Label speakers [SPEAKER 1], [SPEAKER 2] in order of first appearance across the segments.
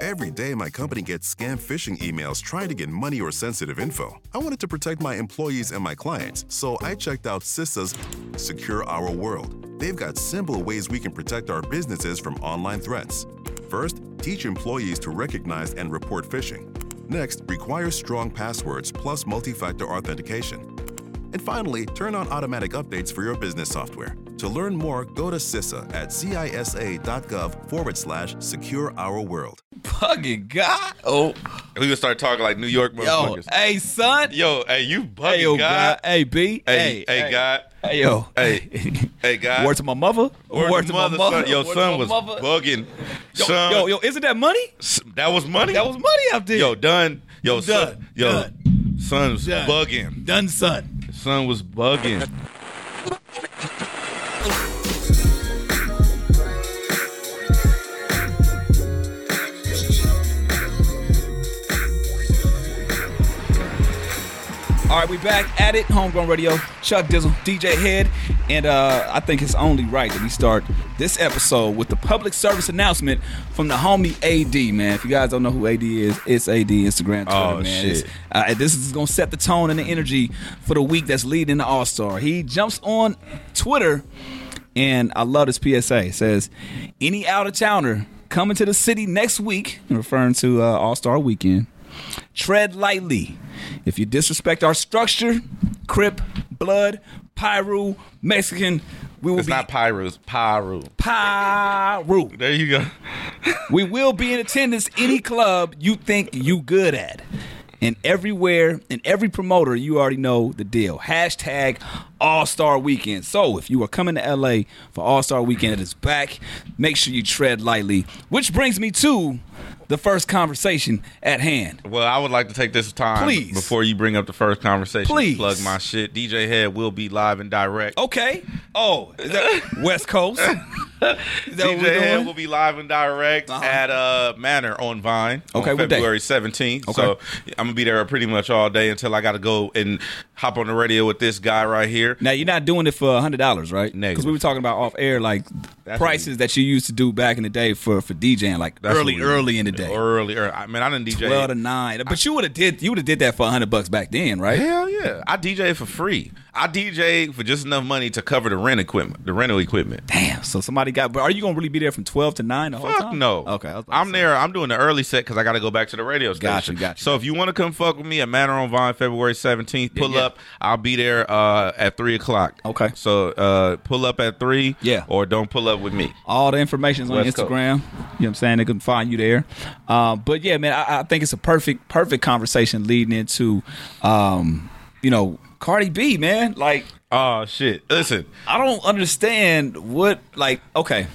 [SPEAKER 1] Every day, my company gets scam phishing emails trying to get money or sensitive info. I wanted to protect my employees and my clients, so I checked out CISA's Secure Our World. They've got simple ways we can protect our businesses from online threats. First, teach employees to recognize and report phishing. Next, require strong passwords plus multi factor authentication. And finally, turn on automatic updates for your business software. To learn more, go to CISA at cisa.gov forward slash secure our world.
[SPEAKER 2] Bugging God. Oh,
[SPEAKER 3] We gonna start talking like New York
[SPEAKER 2] yo.
[SPEAKER 3] motherfuckers.
[SPEAKER 2] Hey, son.
[SPEAKER 3] Yo, hey, you bugging
[SPEAKER 2] hey, yo,
[SPEAKER 3] God.
[SPEAKER 2] God. Hey, B.
[SPEAKER 3] Hey, hey, God.
[SPEAKER 2] Hey, yo.
[SPEAKER 3] Hey, hey, God.
[SPEAKER 2] Word to my mother.
[SPEAKER 3] Word to mother, son. Yo,
[SPEAKER 2] Word to
[SPEAKER 3] son
[SPEAKER 2] my
[SPEAKER 3] was
[SPEAKER 2] mother.
[SPEAKER 3] bugging.
[SPEAKER 2] Yo,
[SPEAKER 3] son,
[SPEAKER 2] yo, yo, isn't that money?
[SPEAKER 3] s- that was money.
[SPEAKER 2] That was money out there.
[SPEAKER 3] Yo, done. Yo, son.
[SPEAKER 2] Done.
[SPEAKER 3] Yo,
[SPEAKER 2] Done.
[SPEAKER 3] son was
[SPEAKER 2] Done.
[SPEAKER 3] bugging.
[SPEAKER 2] done, son.
[SPEAKER 3] Son was bugging.
[SPEAKER 2] All right, we back at it. Homegrown Radio, Chuck Dizzle, DJ Head, and uh, I think it's only right that we start this episode with the public service announcement from the homie AD, man. If you guys don't know who AD is, it's AD Instagram, Twitter,
[SPEAKER 3] Oh,
[SPEAKER 2] man.
[SPEAKER 3] shit.
[SPEAKER 2] It's- uh, this is going to set the tone and the energy for the week that's leading the All Star. He jumps on Twitter, and I love this PSA. It says, Any out of towner coming to the city next week, referring to uh, All Star weekend tread lightly. If you disrespect our structure, Crip, Blood, Pyru, Mexican, we will
[SPEAKER 3] It's
[SPEAKER 2] be
[SPEAKER 3] not Pyro's. Pyro.
[SPEAKER 2] Pyru.
[SPEAKER 3] There you go.
[SPEAKER 2] We will be in attendance any club you think you good at. And everywhere and every promoter, you already know the deal. Hashtag All Star Weekend. So if you are coming to LA for All Star Weekend, it is back. Make sure you tread lightly. Which brings me to the first conversation at hand.
[SPEAKER 3] Well, I would like to take this time
[SPEAKER 2] Please.
[SPEAKER 3] before you bring up the first conversation. to
[SPEAKER 2] Please.
[SPEAKER 3] plug my shit. DJ Head will be live and direct.
[SPEAKER 2] Okay. Oh, is that West Coast. Is that what
[SPEAKER 3] DJ
[SPEAKER 2] we're
[SPEAKER 3] Head
[SPEAKER 2] doing?
[SPEAKER 3] will be live and direct
[SPEAKER 2] Uh-huh.
[SPEAKER 3] at uh, Manor on Vine
[SPEAKER 2] Okay,
[SPEAKER 3] on
[SPEAKER 2] what day?
[SPEAKER 3] February 17th. So I'm going to be there pretty much all day until I got to go and hop on the radio with this guy right here.
[SPEAKER 2] now you're not doing it for hundred dollars, right?
[SPEAKER 3] Negative.
[SPEAKER 2] Because we were talking about off air, like
[SPEAKER 3] That's
[SPEAKER 2] prices that you used to do back in the day for for DJing, like
[SPEAKER 3] That's
[SPEAKER 2] early,
[SPEAKER 3] what we-
[SPEAKER 2] early in the day,
[SPEAKER 3] Early, early. I mean, I didn't DJ.
[SPEAKER 2] twelve to nine. But you would have did you would have did that for hundred bucks back then, right?
[SPEAKER 3] Hell yeah. I DJ for free. I DJ for just enough money to cover the rent equipment, the rental equipment.
[SPEAKER 2] Damn. So somebody got. But are you gonna really be there from twelve to nine the whole
[SPEAKER 3] Fuck
[SPEAKER 2] time?
[SPEAKER 3] no.
[SPEAKER 2] Okay. I was about to
[SPEAKER 3] I'm
[SPEAKER 2] say.
[SPEAKER 3] there. I'm doing the early set because I got to go back to the radio
[SPEAKER 2] Gotcha,
[SPEAKER 3] station.
[SPEAKER 2] gotcha.
[SPEAKER 3] So if you want to come fuck with me at Manor on Vine, February 17th, pull
[SPEAKER 2] yeah.
[SPEAKER 3] up. I'll be there uh, at three o'clock.
[SPEAKER 2] Okay.
[SPEAKER 3] So uh, pull up at three.
[SPEAKER 2] Yeah.
[SPEAKER 3] Or don't pull up with me.
[SPEAKER 2] All the information's on
[SPEAKER 3] West Coast.
[SPEAKER 2] Instagram. You know what I'm saying? They can find you there. Um, but yeah, man, I, I think it's a perfect, perfect conversation leading into, um, you know, Cardi B, man. Like,
[SPEAKER 3] Oh shit! Listen,
[SPEAKER 2] I don't understand what, like, okay.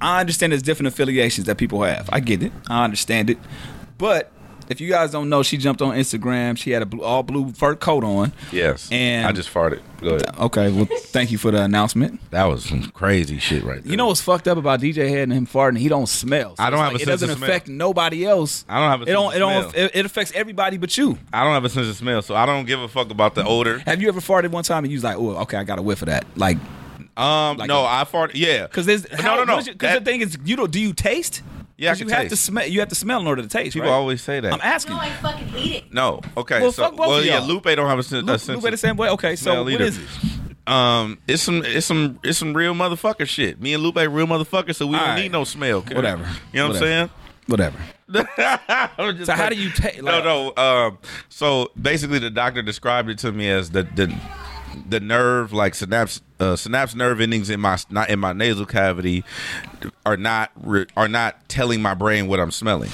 [SPEAKER 2] I understand there's different affiliations that people have. I get it. I understand it. But if you guys don't know, she jumped on Instagram. She had a blue, all blue fur coat on.
[SPEAKER 3] yes,
[SPEAKER 2] And
[SPEAKER 3] I just farted. Go ahead.
[SPEAKER 2] Okay, well, thank you for the announcement.
[SPEAKER 3] That was some crazy shit right there.
[SPEAKER 2] You know what's fucked up about DJ Head and him farting? He don't smell. So
[SPEAKER 3] I don't
[SPEAKER 2] it's
[SPEAKER 3] have a
[SPEAKER 2] it
[SPEAKER 3] sense of
[SPEAKER 2] doesn't
[SPEAKER 3] smell.
[SPEAKER 2] affect nobody else.
[SPEAKER 3] I don't have a
[SPEAKER 2] it don't.
[SPEAKER 3] sense
[SPEAKER 2] It
[SPEAKER 3] of
[SPEAKER 2] don't.
[SPEAKER 3] smell.
[SPEAKER 2] It, it affects everybody but you.
[SPEAKER 3] I don't have a sense of smell, so I don't give a fuck about the odor.
[SPEAKER 2] Have you ever farted one time and you was like, oh, okay, I got a whiff of that? Like,
[SPEAKER 3] Um,
[SPEAKER 2] Like
[SPEAKER 3] no,
[SPEAKER 2] a-
[SPEAKER 3] I farted. Yeah,
[SPEAKER 2] because there's
[SPEAKER 3] But no, no, no.
[SPEAKER 2] Because the
[SPEAKER 3] That-
[SPEAKER 2] thing is, you don't. Do you taste?
[SPEAKER 3] Yeah, I
[SPEAKER 2] 'Cause
[SPEAKER 3] can
[SPEAKER 2] you have to
[SPEAKER 3] taste.
[SPEAKER 2] smell. You have to smell in order to taste.
[SPEAKER 3] people
[SPEAKER 2] right?
[SPEAKER 3] always say that.
[SPEAKER 2] I'm asking.
[SPEAKER 4] No, I fucking hate it.
[SPEAKER 3] no, okay.
[SPEAKER 2] Well,
[SPEAKER 3] so,
[SPEAKER 2] fuck both
[SPEAKER 3] well,
[SPEAKER 2] of
[SPEAKER 3] yeah,
[SPEAKER 2] y'all.
[SPEAKER 3] Lupe don't have a sense. a
[SPEAKER 2] Luke,
[SPEAKER 3] sense
[SPEAKER 2] Luke
[SPEAKER 3] of-
[SPEAKER 2] the same way. Okay, so
[SPEAKER 3] smell
[SPEAKER 2] what
[SPEAKER 3] either.
[SPEAKER 2] is it?
[SPEAKER 3] Um, it's some, it's some, it's some real motherfucker shit. Me and Lupe real motherfuckers, so we don't
[SPEAKER 2] Alright.
[SPEAKER 3] need no smell. kid.
[SPEAKER 2] Whatever.
[SPEAKER 3] You know
[SPEAKER 2] Whatever. Whatever.
[SPEAKER 3] what I'm saying? I'm just
[SPEAKER 2] So how
[SPEAKER 3] like-
[SPEAKER 2] do you take?
[SPEAKER 3] no, no. Um, so basically, the doctor described it to me as the the the nerve, like synapse, uh, synapse nerve endings in my not in my nasal cavity, are not re, are not telling my brain what I'm smelling.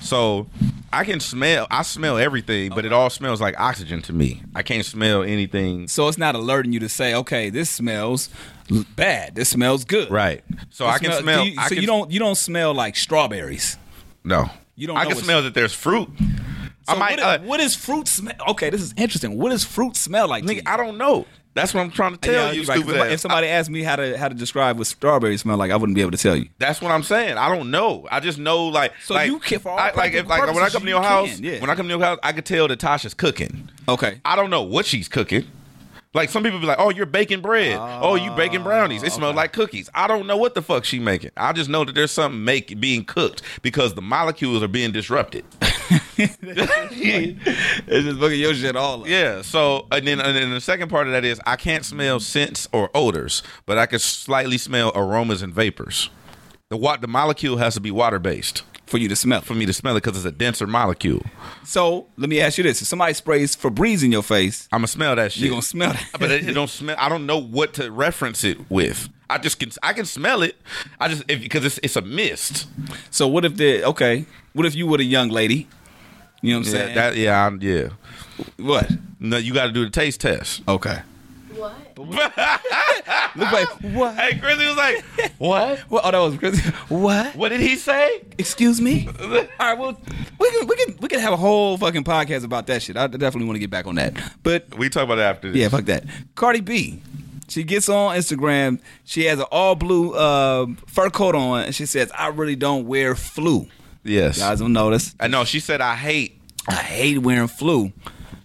[SPEAKER 3] So I can smell. I smell everything, but it all smells like oxygen to me. I can't smell anything.
[SPEAKER 2] So it's not alerting you to say, okay, this smells l- bad. This smells good.
[SPEAKER 3] Right. So
[SPEAKER 2] It
[SPEAKER 3] I can
[SPEAKER 2] smell-
[SPEAKER 3] smell.
[SPEAKER 2] do you-
[SPEAKER 3] I
[SPEAKER 2] so
[SPEAKER 3] can,
[SPEAKER 2] you don't. You don't smell like strawberries.
[SPEAKER 3] No.
[SPEAKER 2] You don't
[SPEAKER 3] I
[SPEAKER 2] know
[SPEAKER 3] can
[SPEAKER 2] it's-
[SPEAKER 3] smell that there's fruit.
[SPEAKER 2] So
[SPEAKER 3] I might.
[SPEAKER 2] what,
[SPEAKER 3] uh,
[SPEAKER 2] is, what is fruit smell? Okay, this is interesting. What does fruit smell like? to
[SPEAKER 3] nigga,
[SPEAKER 2] you?
[SPEAKER 3] I don't know. That's what I'm trying to tell
[SPEAKER 2] Yeah,
[SPEAKER 3] you,
[SPEAKER 2] you're right.
[SPEAKER 3] stupid
[SPEAKER 2] If somebody-
[SPEAKER 3] ass.
[SPEAKER 2] If somebody asked me how to how to describe what strawberries smell like, I wouldn't be able to tell you.
[SPEAKER 3] That's what I'm saying. I don't know. I just know like
[SPEAKER 2] So
[SPEAKER 3] like,
[SPEAKER 2] you can- for all
[SPEAKER 3] I, like if
[SPEAKER 2] practical
[SPEAKER 3] like when I
[SPEAKER 2] purposes,
[SPEAKER 3] come to
[SPEAKER 2] you
[SPEAKER 3] your house,
[SPEAKER 2] can, yeah.
[SPEAKER 3] when I come to your house, I could tell that Tasha's cooking.
[SPEAKER 2] Okay.
[SPEAKER 3] I don't know what she's cooking. Like some people be like, "Oh, you're baking bread. oh, you baking brownies.
[SPEAKER 2] Ah,
[SPEAKER 3] It smells like cookies." I don't know what the fuck she making. I just know that there's something make being cooked because the molecules are being disrupted.
[SPEAKER 2] It's just fucking your shit all up.
[SPEAKER 3] Yeah. So and then and then the second part of that is I can't smell scents or odors, but I can slightly smell aromas and vapors. The wa- the molecule has to be water based
[SPEAKER 2] for you to smell.
[SPEAKER 3] for me to smell it because it's a denser molecule.
[SPEAKER 2] So let me ask you this: If somebody sprays Febreze in your face,
[SPEAKER 3] I'ma smell that shit.
[SPEAKER 2] you gonna smell that?
[SPEAKER 3] but it, it don't smell. I don't know what to reference it with. I just can I can smell it. I just if because it's it's a mist.
[SPEAKER 2] so what if the okay? What if you were a young lady? You know what I'm
[SPEAKER 3] Yeah,
[SPEAKER 2] saying?
[SPEAKER 3] that yeah I'm, yeah.
[SPEAKER 2] what?
[SPEAKER 3] No, you got to do the taste test.
[SPEAKER 2] Okay.
[SPEAKER 4] What?
[SPEAKER 2] Look like what?
[SPEAKER 3] Hey, Chrissy was like, "What?
[SPEAKER 2] What? Oh, that was crazy. What?
[SPEAKER 3] What did he say?"
[SPEAKER 2] Excuse me. All right. Well, we can we can we can have a whole fucking podcast about that shit. I definitely want to get back on that. But
[SPEAKER 3] We talk about it after this.
[SPEAKER 2] Yeah, fuck that. Cardi B. She gets on Instagram. She has an all blue uh, fur coat on, and she says, "I really don't wear flu."
[SPEAKER 3] Yes.
[SPEAKER 2] Guys don't notice.
[SPEAKER 3] I know. She said, "I hate."
[SPEAKER 2] I hate wearing flu.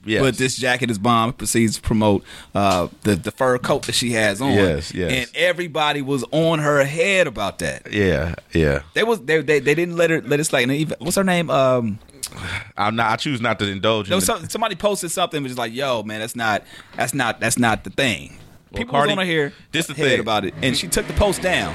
[SPEAKER 3] Yes.
[SPEAKER 2] But this jacket is bomb. Proceeds to promote uh, the the fur coat that she has on.
[SPEAKER 3] Yes, yes.
[SPEAKER 2] And everybody was on her head about that.
[SPEAKER 3] Yeah, yeah.
[SPEAKER 2] They was they they, they didn't let her let it slide. And even what's her name? Um,
[SPEAKER 3] I'm not. I choose not to indulge.
[SPEAKER 2] no,
[SPEAKER 3] in it.
[SPEAKER 2] some, somebody posted something was just like, "Yo, man, that's not that's not that's not the thing." People
[SPEAKER 3] Cardi-
[SPEAKER 2] was on her here.
[SPEAKER 3] this the
[SPEAKER 2] head
[SPEAKER 3] thing.
[SPEAKER 2] about it, and she took the post down.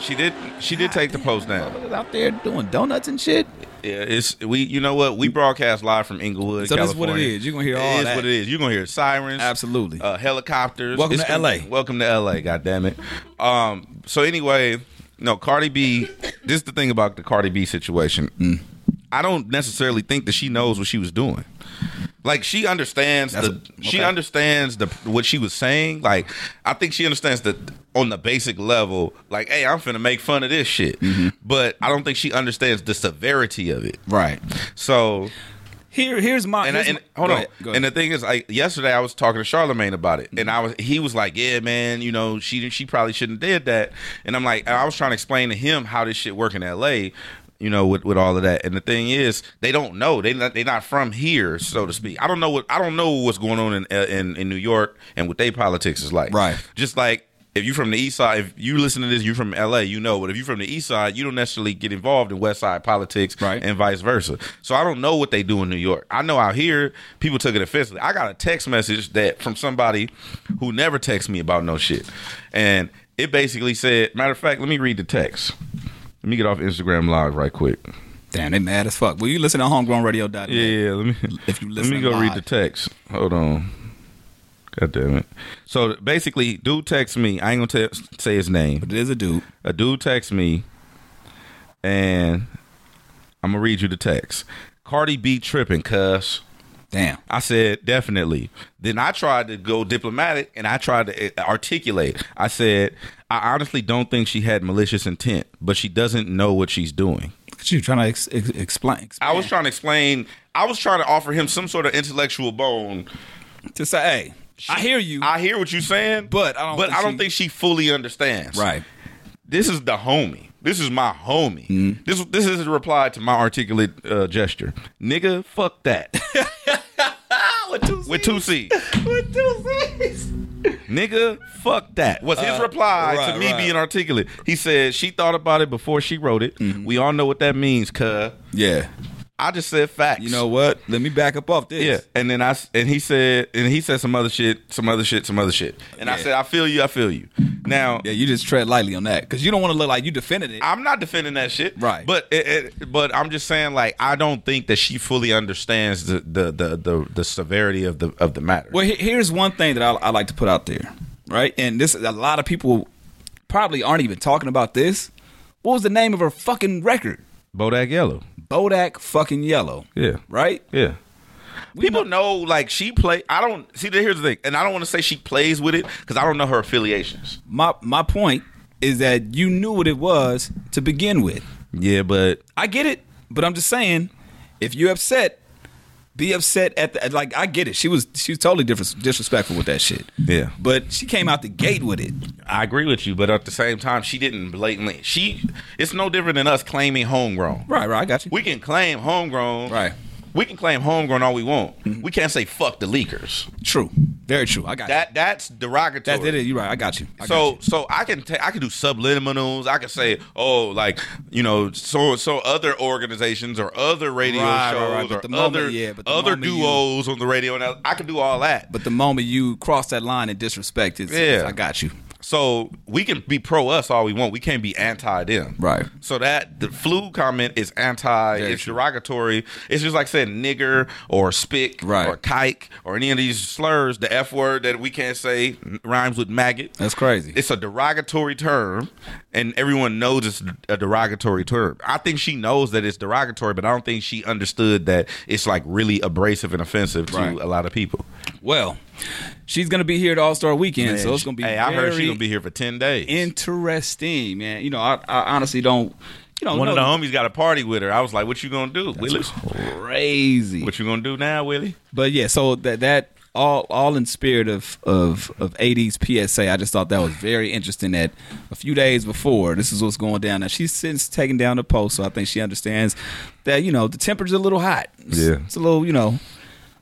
[SPEAKER 3] She did. She did take the post down.
[SPEAKER 2] motherfuckers out there doing donuts and shit.
[SPEAKER 3] Yeah, it's we. You know what? We broadcast live from Inglewood,
[SPEAKER 2] So this is
[SPEAKER 3] California.
[SPEAKER 2] what it is. You're gonna hear
[SPEAKER 3] It
[SPEAKER 2] all
[SPEAKER 3] is
[SPEAKER 2] that.
[SPEAKER 3] what it is. You're gonna hear sirens,
[SPEAKER 2] Absolutely.
[SPEAKER 3] uh, helicopters.
[SPEAKER 2] Welcome to
[SPEAKER 3] gonna-
[SPEAKER 2] LA.
[SPEAKER 3] Welcome to LA. God damn it. Um. So anyway, no, Cardi B. this is the thing about the Cardi B situation.
[SPEAKER 2] Mm.
[SPEAKER 3] I don't necessarily think that she knows what she was doing. Like she understands
[SPEAKER 2] That's
[SPEAKER 3] the
[SPEAKER 2] a-
[SPEAKER 3] she
[SPEAKER 2] okay.
[SPEAKER 3] understands the what she was saying. Like I think she understands that on the basic level. Like, hey, I'm finna make fun of this shit,
[SPEAKER 2] Mm-hmm.
[SPEAKER 3] but I don't think she understands the severity of it.
[SPEAKER 2] Right.
[SPEAKER 3] So
[SPEAKER 2] Here, here's my.
[SPEAKER 3] and, I,
[SPEAKER 2] here's
[SPEAKER 3] and
[SPEAKER 2] my-
[SPEAKER 3] hold
[SPEAKER 2] Go
[SPEAKER 3] on.
[SPEAKER 2] ahead, Mm-hmm. go
[SPEAKER 3] And the
[SPEAKER 2] ahead.
[SPEAKER 3] thing is, like yesterday, I was talking to Charlemagne about it, and I was he was like, "Yeah, man, you know, she didn't- she probably shouldn't have did that." And I'm like, and I was trying to explain to him how this shit work in L.A. You know, with, with all of that, and the thing is, they don't know. They not, they not from here, so to speak. I don't know what I don't know what's going on in uh, in, in New York and what they politics is like.
[SPEAKER 2] Right.
[SPEAKER 3] Just like if you're from the East Side, if you listen to this, you're from L.A. You know, but if you're from the East Side, you don't necessarily get involved in West Side politics
[SPEAKER 2] Right.
[SPEAKER 3] and vice versa. So I don't know what they do in New York. I know out here people took it offensively. I got a text message that from somebody who never texts me about no shit, and it basically said, matter of fact, let me read the text. Let me get off Instagram live right quick.
[SPEAKER 2] damn, they mad as fuck. Will you listen to homegrown radio? dot
[SPEAKER 3] Yeah, yeah. Let me
[SPEAKER 2] If you
[SPEAKER 3] let me
[SPEAKER 2] listening
[SPEAKER 3] go
[SPEAKER 2] live.
[SPEAKER 3] read the text. Hold on. God damn it. So basically, dude texts me. I ain't gonna tell say his name.
[SPEAKER 2] But it is a dude.
[SPEAKER 3] a dude texts me and I'm gonna read you the text. Cardi B tripping, cuss.
[SPEAKER 2] Damn.
[SPEAKER 3] I said, definitely. Then I tried to go diplomatic and I tried to uh, articulate. I said, I honestly don't think she had malicious intent, but she doesn't know what she's doing.
[SPEAKER 2] Look at you trying to ex- ex- explain.
[SPEAKER 3] I was trying to explain, I was trying to offer him some sort of intellectual bone.
[SPEAKER 2] to say, hey, I hear you.
[SPEAKER 3] I hear what you're saying,
[SPEAKER 2] But I don't
[SPEAKER 3] but
[SPEAKER 2] think
[SPEAKER 3] I don't
[SPEAKER 2] she-
[SPEAKER 3] think she fully understands.
[SPEAKER 2] right.
[SPEAKER 3] this is the homie. This is my homie.
[SPEAKER 2] Mm-hmm.
[SPEAKER 3] This this is a reply to my articulate uh, gesture. Nigga, fuck that. With two C.
[SPEAKER 2] With two C's.
[SPEAKER 3] Nigga, fuck that. Was his reply
[SPEAKER 2] Uh, right,
[SPEAKER 3] to me
[SPEAKER 2] right.
[SPEAKER 3] being articulate. He said she thought about it before she wrote it.
[SPEAKER 2] Mm-hmm.
[SPEAKER 3] We all know what that means, cuh.
[SPEAKER 2] Yeah.
[SPEAKER 3] I just said facts.
[SPEAKER 2] You know what? Let me back up off this.
[SPEAKER 3] Yeah, and then I s- and he said and he said some other shit, some other shit, some other shit, and I
[SPEAKER 2] Yeah.
[SPEAKER 3] said I feel you, I feel you. Now
[SPEAKER 2] Yeah, you just tread lightly on that because you don't want to look like you defended it.
[SPEAKER 3] I'm not defending that shit,
[SPEAKER 2] Right.
[SPEAKER 3] But it, it, but I'm just saying, like, I don't think that she fully understands the the the the, the severity of the of the matter.
[SPEAKER 2] Well, he- here's one thing that I, I like to put out there, right? And this a lot of people probably aren't even talking about this. What was the name of her fucking record?
[SPEAKER 3] Bodak Yellow,
[SPEAKER 2] Bodak fucking Yellow.
[SPEAKER 3] yeah,
[SPEAKER 2] Right?
[SPEAKER 3] yeah.
[SPEAKER 2] We
[SPEAKER 3] People
[SPEAKER 2] know-
[SPEAKER 3] know, like, she play. I don't see. Here's the thing, and I don't want to say she plays with it because I don't know her affiliations.
[SPEAKER 2] my my point is that you knew what it was to begin with.
[SPEAKER 3] Yeah, but
[SPEAKER 2] I get it, but I'm just saying, if you're upset, be upset at the like. I get it. She was she was totally different, disrespectful with that shit.
[SPEAKER 3] Yeah.
[SPEAKER 2] but she came out the gate with it.
[SPEAKER 3] I agree with you. But at the same time, she didn't blatantly. She it's no different than us claiming homegrown.
[SPEAKER 2] Right, right. I got you.
[SPEAKER 3] We can claim homegrown,
[SPEAKER 2] Right. Mm-hmm.
[SPEAKER 3] we can claim homegrown all we want. We can't say fuck the leakers.
[SPEAKER 2] True. Very true. I got
[SPEAKER 3] That that's derogatory.
[SPEAKER 2] you. That, that is, you're right. I got you. I
[SPEAKER 3] so so I can ta- I can do subliminals. I can say oh like you know so so other organizations or other radio
[SPEAKER 2] Right, right,
[SPEAKER 3] shows
[SPEAKER 2] right. But
[SPEAKER 3] or
[SPEAKER 2] the moment-
[SPEAKER 3] other
[SPEAKER 2] yeah, but the
[SPEAKER 3] other
[SPEAKER 2] moment you-
[SPEAKER 3] duos on the radio and I, I can do all that.
[SPEAKER 2] But the moment you cross that line and disrespect, it's,
[SPEAKER 3] Yeah.
[SPEAKER 2] it's, I got you.
[SPEAKER 3] So we can be pro us all we want. We can't be anti them.
[SPEAKER 2] Right.
[SPEAKER 3] So that the flu comment is anti.
[SPEAKER 2] Very
[SPEAKER 3] it's
[SPEAKER 2] true.
[SPEAKER 3] derogatory. It's just like saying nigger or spick
[SPEAKER 2] Right.
[SPEAKER 3] or kike or any of these slurs. The f word that we can't say rhymes with maggot.
[SPEAKER 2] That's crazy.
[SPEAKER 3] It's a derogatory term, and everyone knows it's a derogatory term. I think she knows that it's derogatory, but I don't think she understood that it's like really abrasive and offensive to
[SPEAKER 2] Right.
[SPEAKER 3] a lot of people.
[SPEAKER 2] well, she's gonna be here at All Star Weekend, so it's gonna be
[SPEAKER 3] Hey, I heard she's
[SPEAKER 2] very
[SPEAKER 3] gonna be here for ten days.
[SPEAKER 2] interesting, man. You know, I, I honestly don't. You know,
[SPEAKER 3] One
[SPEAKER 2] know
[SPEAKER 3] of the homies got a party with her. I was like, "What you gonna do, Willis?
[SPEAKER 2] crazy.
[SPEAKER 3] What you gonna do now, Willie?"
[SPEAKER 2] But yeah, so that that all all in spirit of of of 80s PSA, I just thought that was very interesting. That a few days before, this is what's going down. Now she's since taken down the post, so I think she understands that you know the temperature's a little hot. It's,
[SPEAKER 3] Yeah.
[SPEAKER 2] it's a little you know.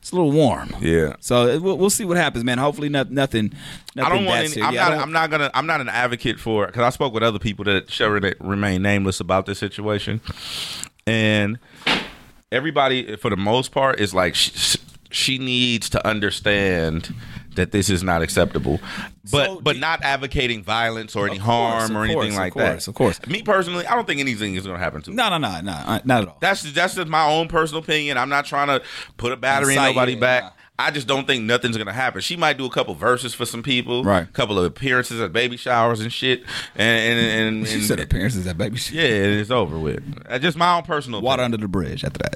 [SPEAKER 2] It's a little warm.
[SPEAKER 3] Yeah.
[SPEAKER 2] So it- we'll, we'll see what happens, man. Hopefully, not, nothing.
[SPEAKER 3] I
[SPEAKER 2] nothing
[SPEAKER 3] don't want.
[SPEAKER 2] that
[SPEAKER 3] Any,
[SPEAKER 2] serious.
[SPEAKER 3] I'm
[SPEAKER 2] Yeah, I
[SPEAKER 3] not.
[SPEAKER 2] don't-
[SPEAKER 3] I'm not gonna. I'm not an advocate for because I spoke with other people that shall re- remain nameless about this situation, and everybody for the most part is like she, she needs to understand that this is not acceptable, but
[SPEAKER 2] So
[SPEAKER 3] but
[SPEAKER 2] do-
[SPEAKER 3] not advocating violence or any
[SPEAKER 2] Of course,
[SPEAKER 3] harm
[SPEAKER 2] of
[SPEAKER 3] or
[SPEAKER 2] course,
[SPEAKER 3] anything
[SPEAKER 2] of
[SPEAKER 3] like
[SPEAKER 2] course,
[SPEAKER 3] that.
[SPEAKER 2] of course.
[SPEAKER 3] Me personally, I don't think anything is gonna happen to. her.
[SPEAKER 2] No, no, no, no, uh, not at all.
[SPEAKER 3] That's that's just my own personal opinion. I'm not trying to put a battery in
[SPEAKER 2] Incite,
[SPEAKER 3] nobody's
[SPEAKER 2] yeah,
[SPEAKER 3] back.
[SPEAKER 2] nah.
[SPEAKER 3] I just don't think nothing's gonna happen. She might do a couple verses for some people,
[SPEAKER 2] Right.
[SPEAKER 3] A couple of appearances at baby showers and shit, and and, and,
[SPEAKER 2] she
[SPEAKER 3] and-
[SPEAKER 2] said appearances at baby shit.
[SPEAKER 3] yeah, and it's over with. That's just my own personal
[SPEAKER 2] water
[SPEAKER 3] opinion.
[SPEAKER 2] under the bridge after that.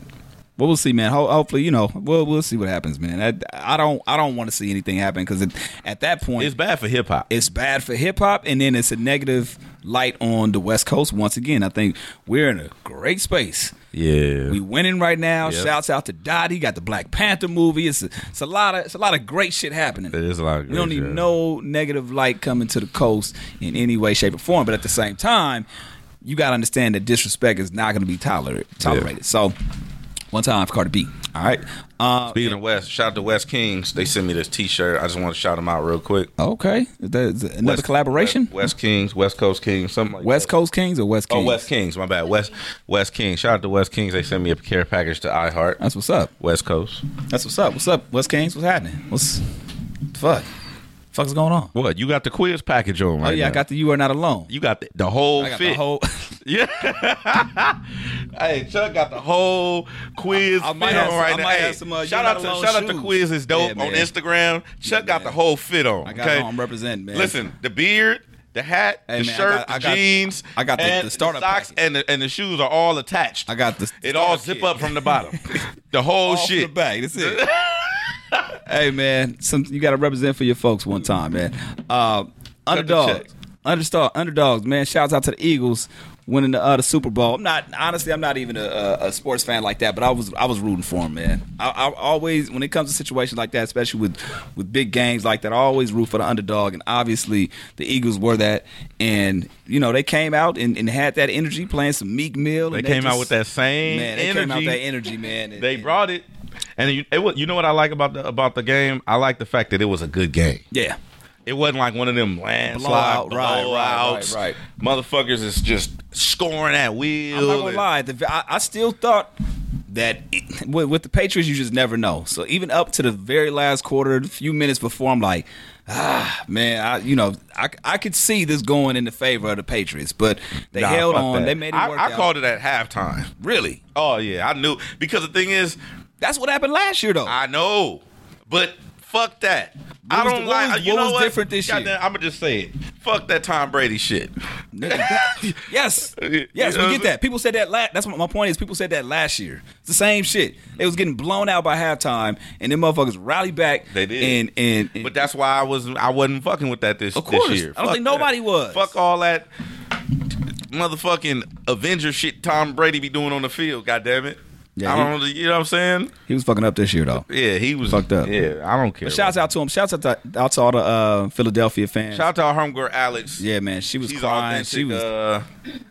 [SPEAKER 2] But we'll see, man. Ho- hopefully, you know, we'll we'll see what happens, man. I, I don't I don't want to see anything happen because at that point
[SPEAKER 3] It's bad for hip hop.
[SPEAKER 2] it's bad for hip hop, and then it's a negative light on the West Coast once again. I think we're in a great space.
[SPEAKER 3] Yeah,
[SPEAKER 2] We winning right now.
[SPEAKER 3] Yep.
[SPEAKER 2] Shouts out to Dottie. Got the Black Panther movie. It's a, it's a lot of it's a lot of great shit happening.
[SPEAKER 3] It is a lot of
[SPEAKER 2] we don't
[SPEAKER 3] great
[SPEAKER 2] need
[SPEAKER 3] shit.
[SPEAKER 2] no negative light coming to the coast in any way, shape, or form. But at the same time, you got to understand that disrespect is not going to be toler- tolerated. So, one time for Carter B. All right. Uh,
[SPEAKER 3] Speaking of West, shout out to West Kings. They sent me this T-shirt. I just want to shout them out real quick.
[SPEAKER 2] okay. Is that- is that another
[SPEAKER 3] West-
[SPEAKER 2] collaboration.
[SPEAKER 3] West, West Kings, West Coast Kings, something like
[SPEAKER 2] West
[SPEAKER 3] that.
[SPEAKER 2] Coast Kings or West Kings?
[SPEAKER 3] Oh, West Kings. My bad. West West Kings. Shout out to West Kings. They sent me a care package to iHeart.
[SPEAKER 2] That's what's up.
[SPEAKER 3] West Coast.
[SPEAKER 2] That's what's up. What's up, West Kings? What's happening? What's fuck? Fuck's going on?
[SPEAKER 3] What you got the quiz package on
[SPEAKER 2] Oh
[SPEAKER 3] right
[SPEAKER 2] yeah, I
[SPEAKER 3] now.
[SPEAKER 2] got the you are not alone.
[SPEAKER 3] you got the, the whole
[SPEAKER 2] I got
[SPEAKER 3] fit.
[SPEAKER 2] the whole.
[SPEAKER 3] yeah. hey, Chuck got the whole quiz
[SPEAKER 2] I- I might
[SPEAKER 3] fit
[SPEAKER 2] have
[SPEAKER 3] on
[SPEAKER 2] some-
[SPEAKER 3] right
[SPEAKER 2] I
[SPEAKER 3] now.
[SPEAKER 2] might
[SPEAKER 3] Hey,
[SPEAKER 2] have some, uh,
[SPEAKER 3] shout
[SPEAKER 2] You're
[SPEAKER 3] out
[SPEAKER 2] Not
[SPEAKER 3] to
[SPEAKER 2] Alone
[SPEAKER 3] shout out to
[SPEAKER 2] shoes.
[SPEAKER 3] Quiz is dope
[SPEAKER 2] Yeah, man.
[SPEAKER 3] on Instagram. Chuck got
[SPEAKER 2] man.
[SPEAKER 3] the whole fit on.
[SPEAKER 2] I got
[SPEAKER 3] okay?
[SPEAKER 2] it on. I'm representing, man.
[SPEAKER 3] Listen, the beard. The hat,
[SPEAKER 2] Hey,
[SPEAKER 3] the
[SPEAKER 2] man, I
[SPEAKER 3] shirt,
[SPEAKER 2] got- I
[SPEAKER 3] the
[SPEAKER 2] got-
[SPEAKER 3] jeans,
[SPEAKER 2] I got the-
[SPEAKER 3] and
[SPEAKER 2] the starter
[SPEAKER 3] socks,
[SPEAKER 2] package.
[SPEAKER 3] and the, and the shoes are all attached.
[SPEAKER 2] I got the.
[SPEAKER 3] it all
[SPEAKER 2] starter
[SPEAKER 3] zip
[SPEAKER 2] kit.
[SPEAKER 3] up from the bottom. the whole
[SPEAKER 2] Off
[SPEAKER 3] shit.
[SPEAKER 2] the bag. That's it. Oh, hey man, some you got to represent for your folks one time, man. Uh,
[SPEAKER 3] check.
[SPEAKER 2] underdogs, understar, underdogs, man. Shouts out to the Eagles winning the, uh, the Super Bowl. I'm not honestly, I'm not even a, a, a sports fan like that, but I was I was rooting for him, man. I, I always when it comes to situations like that, especially with with big games like that, I always root for the underdog, and obviously the Eagles were that, and you know they came out and, and had that energy playing some Meek Mill.
[SPEAKER 3] They
[SPEAKER 2] and
[SPEAKER 3] came out
[SPEAKER 2] just-
[SPEAKER 3] with that same
[SPEAKER 2] man. They
[SPEAKER 3] energy.
[SPEAKER 2] came out that energy, man. and-
[SPEAKER 3] They
[SPEAKER 2] and-
[SPEAKER 3] brought it, and you, it was, you know what I like about the about the game? I like the fact that it was a good game.
[SPEAKER 2] Yeah.
[SPEAKER 3] It wasn't like one of them landslide
[SPEAKER 2] Blowout, right, right,
[SPEAKER 3] blowouts.
[SPEAKER 2] right, right.
[SPEAKER 3] Motherfuckers is just scoring at will.
[SPEAKER 2] I'm not gonna
[SPEAKER 3] and-
[SPEAKER 2] lie. The, I, I still thought that it- with, with the Patriots, you just never know. So even up to the very last quarter, the few minutes before, I'm like, ah, man, I, you know, I, I could see this going in the favor of the Patriots, but they
[SPEAKER 3] Nah,
[SPEAKER 2] held
[SPEAKER 3] fuck
[SPEAKER 2] on.
[SPEAKER 3] that.
[SPEAKER 2] They made it
[SPEAKER 3] I,
[SPEAKER 2] work.
[SPEAKER 3] I
[SPEAKER 2] out.
[SPEAKER 3] called it at halftime.
[SPEAKER 2] really.
[SPEAKER 3] Oh yeah, I knew because the thing is,
[SPEAKER 2] That's what happened last year, though.
[SPEAKER 3] I know, but fuck that. I
[SPEAKER 2] was-
[SPEAKER 3] don't
[SPEAKER 2] what
[SPEAKER 3] like.
[SPEAKER 2] was-
[SPEAKER 3] you
[SPEAKER 2] what
[SPEAKER 3] know
[SPEAKER 2] was
[SPEAKER 3] what?
[SPEAKER 2] different this year?
[SPEAKER 3] I'm gonna just say it. Fuck that Tom Brady shit.
[SPEAKER 2] yes,
[SPEAKER 3] You
[SPEAKER 2] yes,
[SPEAKER 3] know
[SPEAKER 2] we
[SPEAKER 3] what I'm
[SPEAKER 2] get that. People said that. La- that's what my point is. People said that last year. It's the same shit. They was getting blown out by halftime, and them motherfuckers rally back.
[SPEAKER 3] They did.
[SPEAKER 2] and and, and
[SPEAKER 3] But that's why I was I wasn't fucking with that this,
[SPEAKER 2] Of
[SPEAKER 3] this
[SPEAKER 2] course.
[SPEAKER 3] year.
[SPEAKER 2] I don't
[SPEAKER 3] Fuck
[SPEAKER 2] think
[SPEAKER 3] that.
[SPEAKER 2] nobody was.
[SPEAKER 3] Fuck all that motherfucking Avenger shit Tom Brady be doing on the field, god damn it.
[SPEAKER 2] Yeah,
[SPEAKER 3] I
[SPEAKER 2] he-
[SPEAKER 3] don't know, you know what I'm saying?
[SPEAKER 2] he was fucking up this year, though.
[SPEAKER 3] Yeah, he was
[SPEAKER 2] Fucked up.
[SPEAKER 3] Yeah, I don't care.
[SPEAKER 2] But shouts out to him. Shouts out to, out to all the uh, Philadelphia fans.
[SPEAKER 3] Shout out to our homegirl Alex.
[SPEAKER 2] yeah, man, she was
[SPEAKER 3] She's
[SPEAKER 2] crying.
[SPEAKER 3] authentic.
[SPEAKER 2] She was
[SPEAKER 3] uh,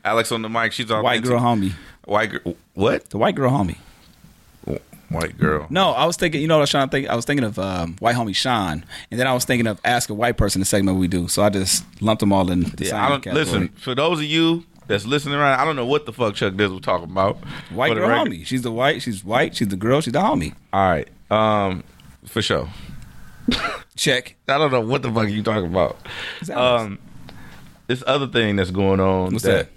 [SPEAKER 3] Alex on the mic. She's authentic.
[SPEAKER 2] white girl homie.
[SPEAKER 3] White girl. What?
[SPEAKER 2] The white girl homie.
[SPEAKER 3] White girl.
[SPEAKER 2] No, I was thinking. You know what I was trying to think? I was thinking of um, white homie Sean, and then I was thinking of ask a white person the segment we do. So I just lumped them all in the
[SPEAKER 3] Yeah,
[SPEAKER 2] same
[SPEAKER 3] I don't
[SPEAKER 2] category.
[SPEAKER 3] listen. For those of you that's listening around, I don't know what the fuck Chuck Dizzle talking about.
[SPEAKER 2] White
[SPEAKER 3] For the
[SPEAKER 2] girl
[SPEAKER 3] record.
[SPEAKER 2] homie. She's the white. She's white. She's the girl. She's the homie.
[SPEAKER 3] All right, um, for sure.
[SPEAKER 2] Check.
[SPEAKER 3] I don't know what the fuck you talking about.
[SPEAKER 2] Is that what
[SPEAKER 3] Um, this other thing that's going on.
[SPEAKER 2] What's that?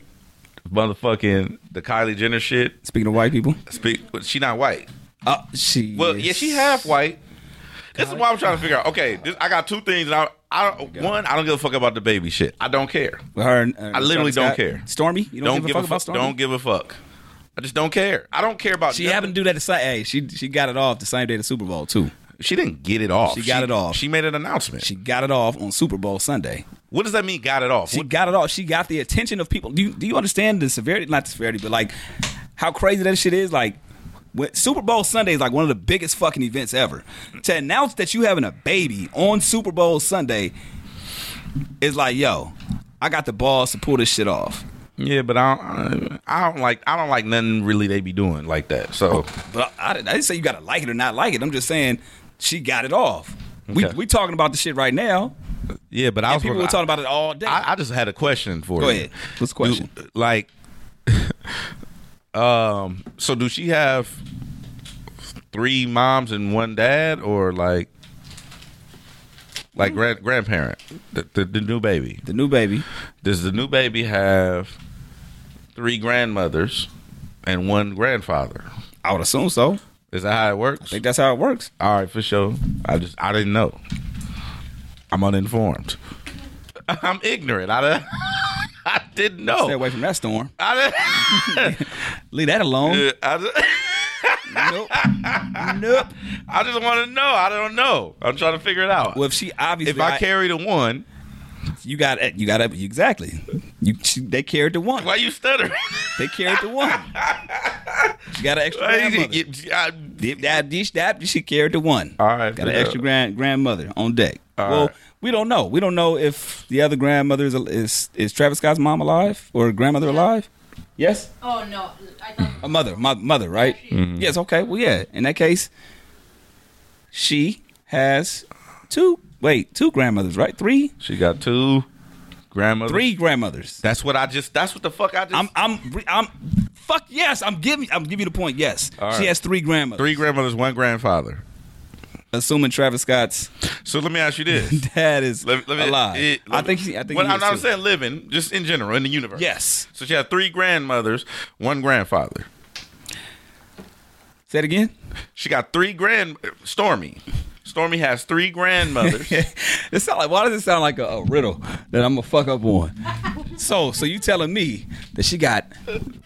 [SPEAKER 3] Motherfucking the Kylie Jenner shit.
[SPEAKER 2] Speaking of white people,
[SPEAKER 3] Speak. She not white.
[SPEAKER 2] uh, she.
[SPEAKER 3] Well,
[SPEAKER 2] is-
[SPEAKER 3] yeah, she half white. This is why I'm trying to figure out. Okay, this, I got two things. That I, I don't, one, I don't give a fuck about the baby shit. I don't care.
[SPEAKER 2] With her. And, uh,
[SPEAKER 3] I literally don't
[SPEAKER 2] Scott-
[SPEAKER 3] care.
[SPEAKER 2] Stormy. You don't, give, a fuck about Stormy.
[SPEAKER 3] Don't give a fuck. I just don't care. I don't care about.
[SPEAKER 2] She
[SPEAKER 3] nothing.
[SPEAKER 2] happened to do that. The same, hey, she she got it off the same day the Super Bowl too.
[SPEAKER 3] She didn't get it off.
[SPEAKER 2] She got it off.
[SPEAKER 3] She made an announcement.
[SPEAKER 2] She got it off on Super Bowl Sunday.
[SPEAKER 3] what does that mean? Got it off.
[SPEAKER 2] She
[SPEAKER 3] What-
[SPEAKER 2] got it off. She got the attention of people. Do you, do you understand the severity? Not the severity, but like how crazy that shit is. Like when, Super Bowl Sunday is like one of the biggest fucking events ever. To announce that you having a baby on Super Bowl Sunday is like, yo, I got the balls to pull this shit off.
[SPEAKER 3] yeah, but I don't, I don't like. I don't like nothing really they be doing like that. So
[SPEAKER 2] But I, I didn't I didn't say you gotta like it or not like it. I'm just saying she got it off. We
[SPEAKER 3] Okay.
[SPEAKER 2] we talking about the shit right now.
[SPEAKER 3] yeah, but I was
[SPEAKER 2] People were talking about it all day.
[SPEAKER 3] I, I just had a question for
[SPEAKER 2] Go
[SPEAKER 3] you.
[SPEAKER 2] ahead. What's the question?
[SPEAKER 3] Do- like, um, so do she have three moms and one dad, or like,
[SPEAKER 2] Mm.
[SPEAKER 3] like grand grandparent, the, the the new baby?
[SPEAKER 2] the new baby.
[SPEAKER 3] Does the new baby have three grandmothers and one grandfather?
[SPEAKER 2] I would assume so.
[SPEAKER 3] Is that how it works?
[SPEAKER 2] I think that's how it works.
[SPEAKER 3] All right, for sure. I just I didn't know. I'm uninformed. I'm ignorant. I didn't, I didn't know.
[SPEAKER 2] Stay away from that storm.
[SPEAKER 3] I
[SPEAKER 2] Leave that alone.
[SPEAKER 3] just, I just,
[SPEAKER 2] nope. nope.
[SPEAKER 3] I just want to know. I don't know. I'm trying to figure it out.
[SPEAKER 2] Well, if she obviously,
[SPEAKER 3] if I carried a one,
[SPEAKER 2] you got you got exactly. You she, they carried the one.
[SPEAKER 3] why you stuttering?
[SPEAKER 2] They carried the one. she got an extra
[SPEAKER 3] Why you-
[SPEAKER 2] grandmother.
[SPEAKER 3] you- I-
[SPEAKER 2] Dip, dab, dish, dab, she carried the one.
[SPEAKER 3] All right,
[SPEAKER 2] got an
[SPEAKER 3] yeah.
[SPEAKER 2] extra grand grandmother on deck. well,
[SPEAKER 3] right.
[SPEAKER 2] we don't know. We don't know if the other grandmother is is is Travis Scott's mom alive or grandmother alive. Yes.
[SPEAKER 4] Oh no, I thought
[SPEAKER 2] a mother, my mother, right?
[SPEAKER 3] Mm-hmm.
[SPEAKER 2] Yes. Okay. Well, yeah. In that case, she has two. Wait, two grandmothers, right? Three,
[SPEAKER 3] She got two grandmothers.
[SPEAKER 2] three grandmothers.
[SPEAKER 3] That's what I just. That's what the fuck I just.
[SPEAKER 2] I'm, I'm, re- I'm. Fuck yes, I'm giving, I'm giving you the point. Yes,
[SPEAKER 3] All
[SPEAKER 2] she
[SPEAKER 3] right.
[SPEAKER 2] has three grandmothers.
[SPEAKER 3] three grandmothers, one grandfather.
[SPEAKER 2] Assuming Travis Scott's
[SPEAKER 3] So let me ask you this.
[SPEAKER 2] dad is
[SPEAKER 3] Let, me- let me,
[SPEAKER 2] alive.
[SPEAKER 3] it- let
[SPEAKER 2] I
[SPEAKER 3] me-
[SPEAKER 2] think. He, I think.
[SPEAKER 3] Well,
[SPEAKER 2] he
[SPEAKER 3] I'm
[SPEAKER 2] is
[SPEAKER 3] not
[SPEAKER 2] too.
[SPEAKER 3] saying living, just in general, in the universe.
[SPEAKER 2] Yes.
[SPEAKER 3] So she had three grandmothers, one grandfather.
[SPEAKER 2] Say it again.
[SPEAKER 3] She got three grand. Stormy. Stormy has three grandmothers.
[SPEAKER 2] It sound like why does it sound like a, a riddle that I'm gonna fuck up on? So, so you telling me that she got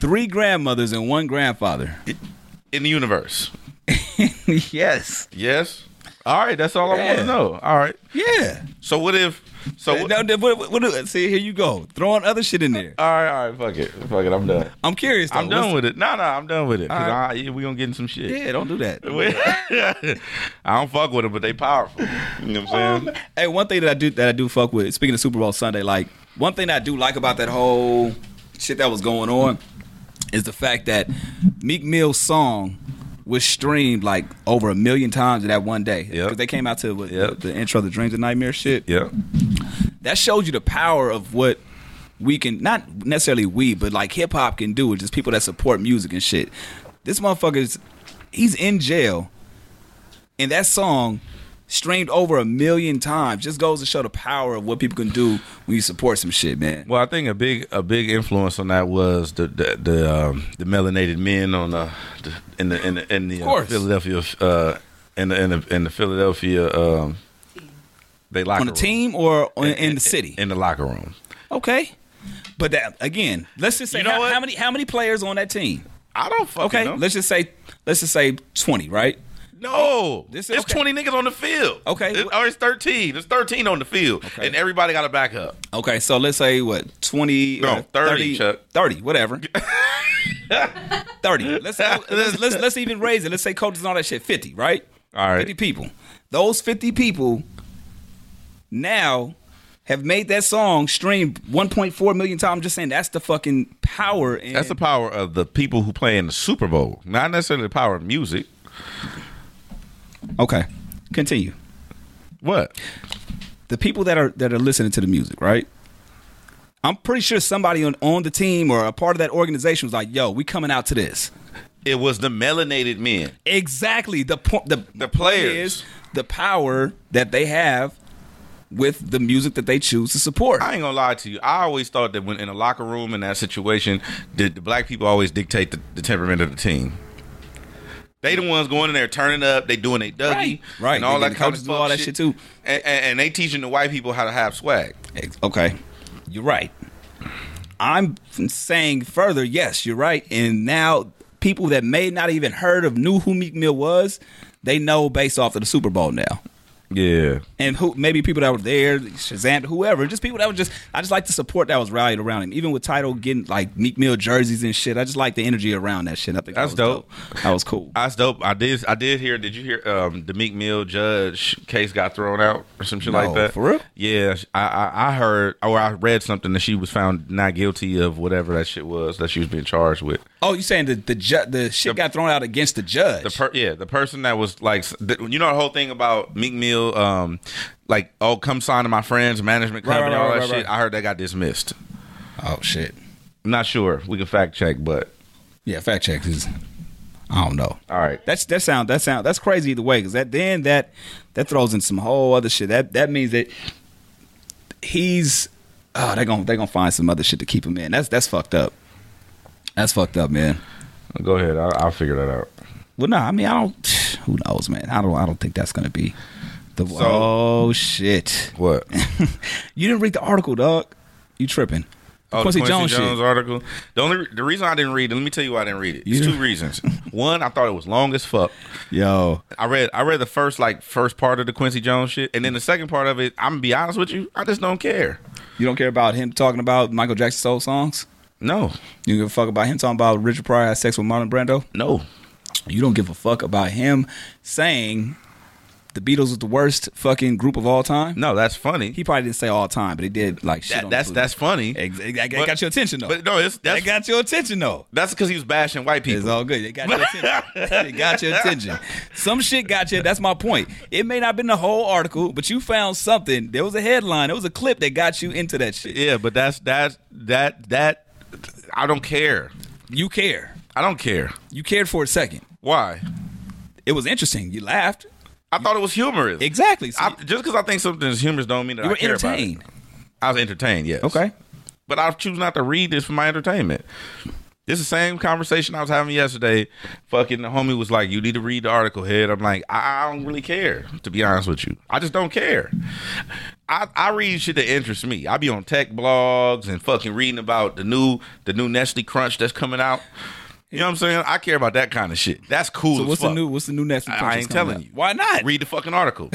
[SPEAKER 2] three grandmothers and one grandfather?
[SPEAKER 3] in the universe.
[SPEAKER 2] yes.
[SPEAKER 3] Yes. All right. That's all I want
[SPEAKER 2] Yeah.
[SPEAKER 3] to know. All right.
[SPEAKER 2] Yeah.
[SPEAKER 3] So what if? So what,
[SPEAKER 2] Now, then, what, what, what- see, here you go, throwing other shit in there.
[SPEAKER 3] all right. All right. Fuck it. Fuck it. I'm done.
[SPEAKER 2] I'm curious. Though.
[SPEAKER 3] I'm done with it. No, no. I'm done with it. 'Cause
[SPEAKER 2] right.
[SPEAKER 3] I- yeah, we gonna get in some shit.
[SPEAKER 2] Yeah, don't do that.
[SPEAKER 3] I don't fuck with them, but they powerful. You know what I'm saying?
[SPEAKER 2] Hey, one thing that I do that I do fuck with. Speaking of Super Bowl Sunday, like one thing that I do like about that whole shit that was going on is the fact that Meek Mill's song was streamed like over a million times in that one day.
[SPEAKER 3] Yep.
[SPEAKER 2] Because they came out to what,
[SPEAKER 3] Yep.
[SPEAKER 2] the, the intro, the Dreams and Nightmare shit.
[SPEAKER 3] yeah.
[SPEAKER 2] That shows you the power of what we can not necessarily we, but like hip hop can do. It's just people that support music and shit. This motherfucker's he's in jail, and that song streamed over a million times just goes to show the power of what people can do when you support some shit, man.
[SPEAKER 3] Well, I think a big a big influence on that was the the the, um, the melanated men on the, the in the in the, in the uh,
[SPEAKER 2] course.
[SPEAKER 3] Philadelphia uh, in the in the, in the Philadelphia um, they locker
[SPEAKER 2] On the
[SPEAKER 3] room.
[SPEAKER 2] team or on, in the city,
[SPEAKER 3] in the locker room.
[SPEAKER 2] okay. But that again, let's just say
[SPEAKER 3] You know
[SPEAKER 2] how,
[SPEAKER 3] what?
[SPEAKER 2] how many how many players on that team?
[SPEAKER 3] I don't fucking
[SPEAKER 2] Okay,
[SPEAKER 3] know.
[SPEAKER 2] let's just say let's just say twenty, right?
[SPEAKER 3] no,
[SPEAKER 2] This is-
[SPEAKER 3] it's
[SPEAKER 2] okay.
[SPEAKER 3] twenty niggas on the field.
[SPEAKER 2] Okay.
[SPEAKER 3] It- or it's thirteen. There's thirteen on the field,
[SPEAKER 2] Okay.
[SPEAKER 3] and everybody got to back up.
[SPEAKER 2] Okay, so let's say what twenty,
[SPEAKER 3] No,
[SPEAKER 2] or
[SPEAKER 3] 30, Chuck.
[SPEAKER 2] 30, whatever. thirty. Let's, let's let's let's even raise it. Let's say coaches and all that shit. Fifty, right?
[SPEAKER 3] All right.
[SPEAKER 2] Fifty people. Those fifty people now have made that song stream 1.4 million times. I'm just saying that's the fucking power. And
[SPEAKER 3] That's the power of the people who play in the Super Bowl, not necessarily the power of music.
[SPEAKER 2] Okay, continue.
[SPEAKER 3] What?
[SPEAKER 2] The people that are that are listening to the music, right? I'm pretty sure somebody on, on the team or a part of that organization was like, "Yo, we coming out to this."
[SPEAKER 3] It was the melanated men.
[SPEAKER 2] Exactly. The point. The
[SPEAKER 3] The
[SPEAKER 2] point
[SPEAKER 3] players.
[SPEAKER 2] is the power that they have with the music that they choose to support.
[SPEAKER 3] I ain't gonna lie to you. I always thought that when in a locker room in that situation, the, the black people always dictate the, the temperament of the team. They the ones going in there turning up. They doing they dougie,
[SPEAKER 2] Right. Right.
[SPEAKER 3] And all
[SPEAKER 2] They
[SPEAKER 3] that
[SPEAKER 2] getting
[SPEAKER 3] kind
[SPEAKER 2] coaches
[SPEAKER 3] of
[SPEAKER 2] to do all that shit, too.
[SPEAKER 3] And, and, and they teaching the white people how to have swag.
[SPEAKER 2] Ex- Okay, you're right. I'm saying further, yes, you're right. And now people that may not even heard of knew who Meek Mill was, they know based off of the Super Bowl now.
[SPEAKER 3] Yeah.
[SPEAKER 2] And who maybe people that were there, Shazam, whoever, just people that were just I just like the support that was rallied around him. Even with title getting like Meek Mill jerseys and shit, I just like the energy around that shit. I think that
[SPEAKER 3] That's
[SPEAKER 2] was dope. That was cool.
[SPEAKER 3] That's dope. I did. I did hear. Did you hear? Um, the Meek Mill judge case got thrown out or some shit
[SPEAKER 2] No,
[SPEAKER 3] like that.
[SPEAKER 2] for real?
[SPEAKER 3] Yeah. sh- I, I I heard or I read something that she was found not guilty of whatever that shit was that she was being charged with.
[SPEAKER 2] Oh, you saying the the ju- the shit got thrown out against the judge?
[SPEAKER 3] The per- yeah, the person that was like, s- the, you know, the whole thing about Meek Mill, um, like, oh, come sign to my friend's management
[SPEAKER 2] Right,
[SPEAKER 3] company,
[SPEAKER 2] right,
[SPEAKER 3] all
[SPEAKER 2] right,
[SPEAKER 3] that
[SPEAKER 2] right,
[SPEAKER 3] shit.
[SPEAKER 2] right.
[SPEAKER 3] I heard that got dismissed.
[SPEAKER 2] oh shit.
[SPEAKER 3] I'm not sure. We can fact check, but
[SPEAKER 2] Yeah, fact check is. I don't know.
[SPEAKER 3] all right.
[SPEAKER 2] That's that sound that sound that's crazy either way because that then that that throws in some whole other shit. That that means that he's oh they're gonna they're gonna find some other shit to keep him in. That's that's fucked up. That's fucked up, man.
[SPEAKER 3] Go ahead. I'll, I'll figure that out.
[SPEAKER 2] Well, no, I mean I don't. Who knows, man? I don't I don't think that's gonna be the
[SPEAKER 3] So-
[SPEAKER 2] oh shit.
[SPEAKER 3] What?
[SPEAKER 2] you didn't read the article, dog. You tripping?
[SPEAKER 3] Oh,
[SPEAKER 2] Quincy,
[SPEAKER 3] the Quincy
[SPEAKER 2] Jones,
[SPEAKER 3] Jones,
[SPEAKER 2] shit.
[SPEAKER 3] article. The only the reason I didn't read it, let me tell you why I didn't read it.
[SPEAKER 2] You-
[SPEAKER 3] It's two reasons. One, I thought it was long as fuck.
[SPEAKER 2] Yo,
[SPEAKER 3] I read I read the first like first part of the Quincy Jones shit, and then the second part of it. I'm gonna be honest with you, I just don't care.
[SPEAKER 2] you don't care about him talking about Michael Jackson's soul songs.
[SPEAKER 3] No,
[SPEAKER 2] You don't give a fuck about him talking about Richard Pryor had sex with Marlon Brando.
[SPEAKER 3] no.
[SPEAKER 2] You don't give a fuck about him saying the Beatles was the worst fucking group of all time.
[SPEAKER 3] No, that's funny.
[SPEAKER 2] He probably didn't say all time, but he did like shit.
[SPEAKER 3] that,
[SPEAKER 2] on
[SPEAKER 3] that's
[SPEAKER 2] the
[SPEAKER 3] that's funny.
[SPEAKER 2] Ex- ex- that
[SPEAKER 3] But-
[SPEAKER 2] got your attention though.
[SPEAKER 3] But no, it's, that's
[SPEAKER 2] that got your attention though.
[SPEAKER 3] that's because he was bashing white
[SPEAKER 2] It's
[SPEAKER 3] people.
[SPEAKER 2] all good. It got your attention. it got your attention. Some shit got you. That's my point. It may not have been the whole article, but you found something. There was a headline. There was a clip that got you into that shit.
[SPEAKER 3] yeah, but that's that's that that I don't care.
[SPEAKER 2] You care.
[SPEAKER 3] I don't care.
[SPEAKER 2] You cared for a second.
[SPEAKER 3] Why?
[SPEAKER 2] It was interesting. You laughed.
[SPEAKER 3] I thought it was humorous.
[SPEAKER 2] Exactly. So
[SPEAKER 3] I, just because I think something is humorous don't mean that
[SPEAKER 2] you
[SPEAKER 3] I
[SPEAKER 2] were
[SPEAKER 3] care
[SPEAKER 2] entertained.
[SPEAKER 3] about it. I was entertained. Yes. But I choose not to read this for my entertainment. This is the same conversation I was having yesterday. Fucking the homie was like, "You need to read the article, head." I'm like, I, I don't really care, to be honest with you. I just don't care. I, I read shit that interests me. I be on tech blogs and fucking reading about the new the new Nestle Crunch that's coming out. You know what I'm saying? I care about that kind of shit. That's cool.
[SPEAKER 2] So
[SPEAKER 3] as
[SPEAKER 2] what's
[SPEAKER 3] fuck.
[SPEAKER 2] the new what's the new Netflix?
[SPEAKER 3] I, I ain't telling you.
[SPEAKER 2] Why not?
[SPEAKER 3] Read the fucking article.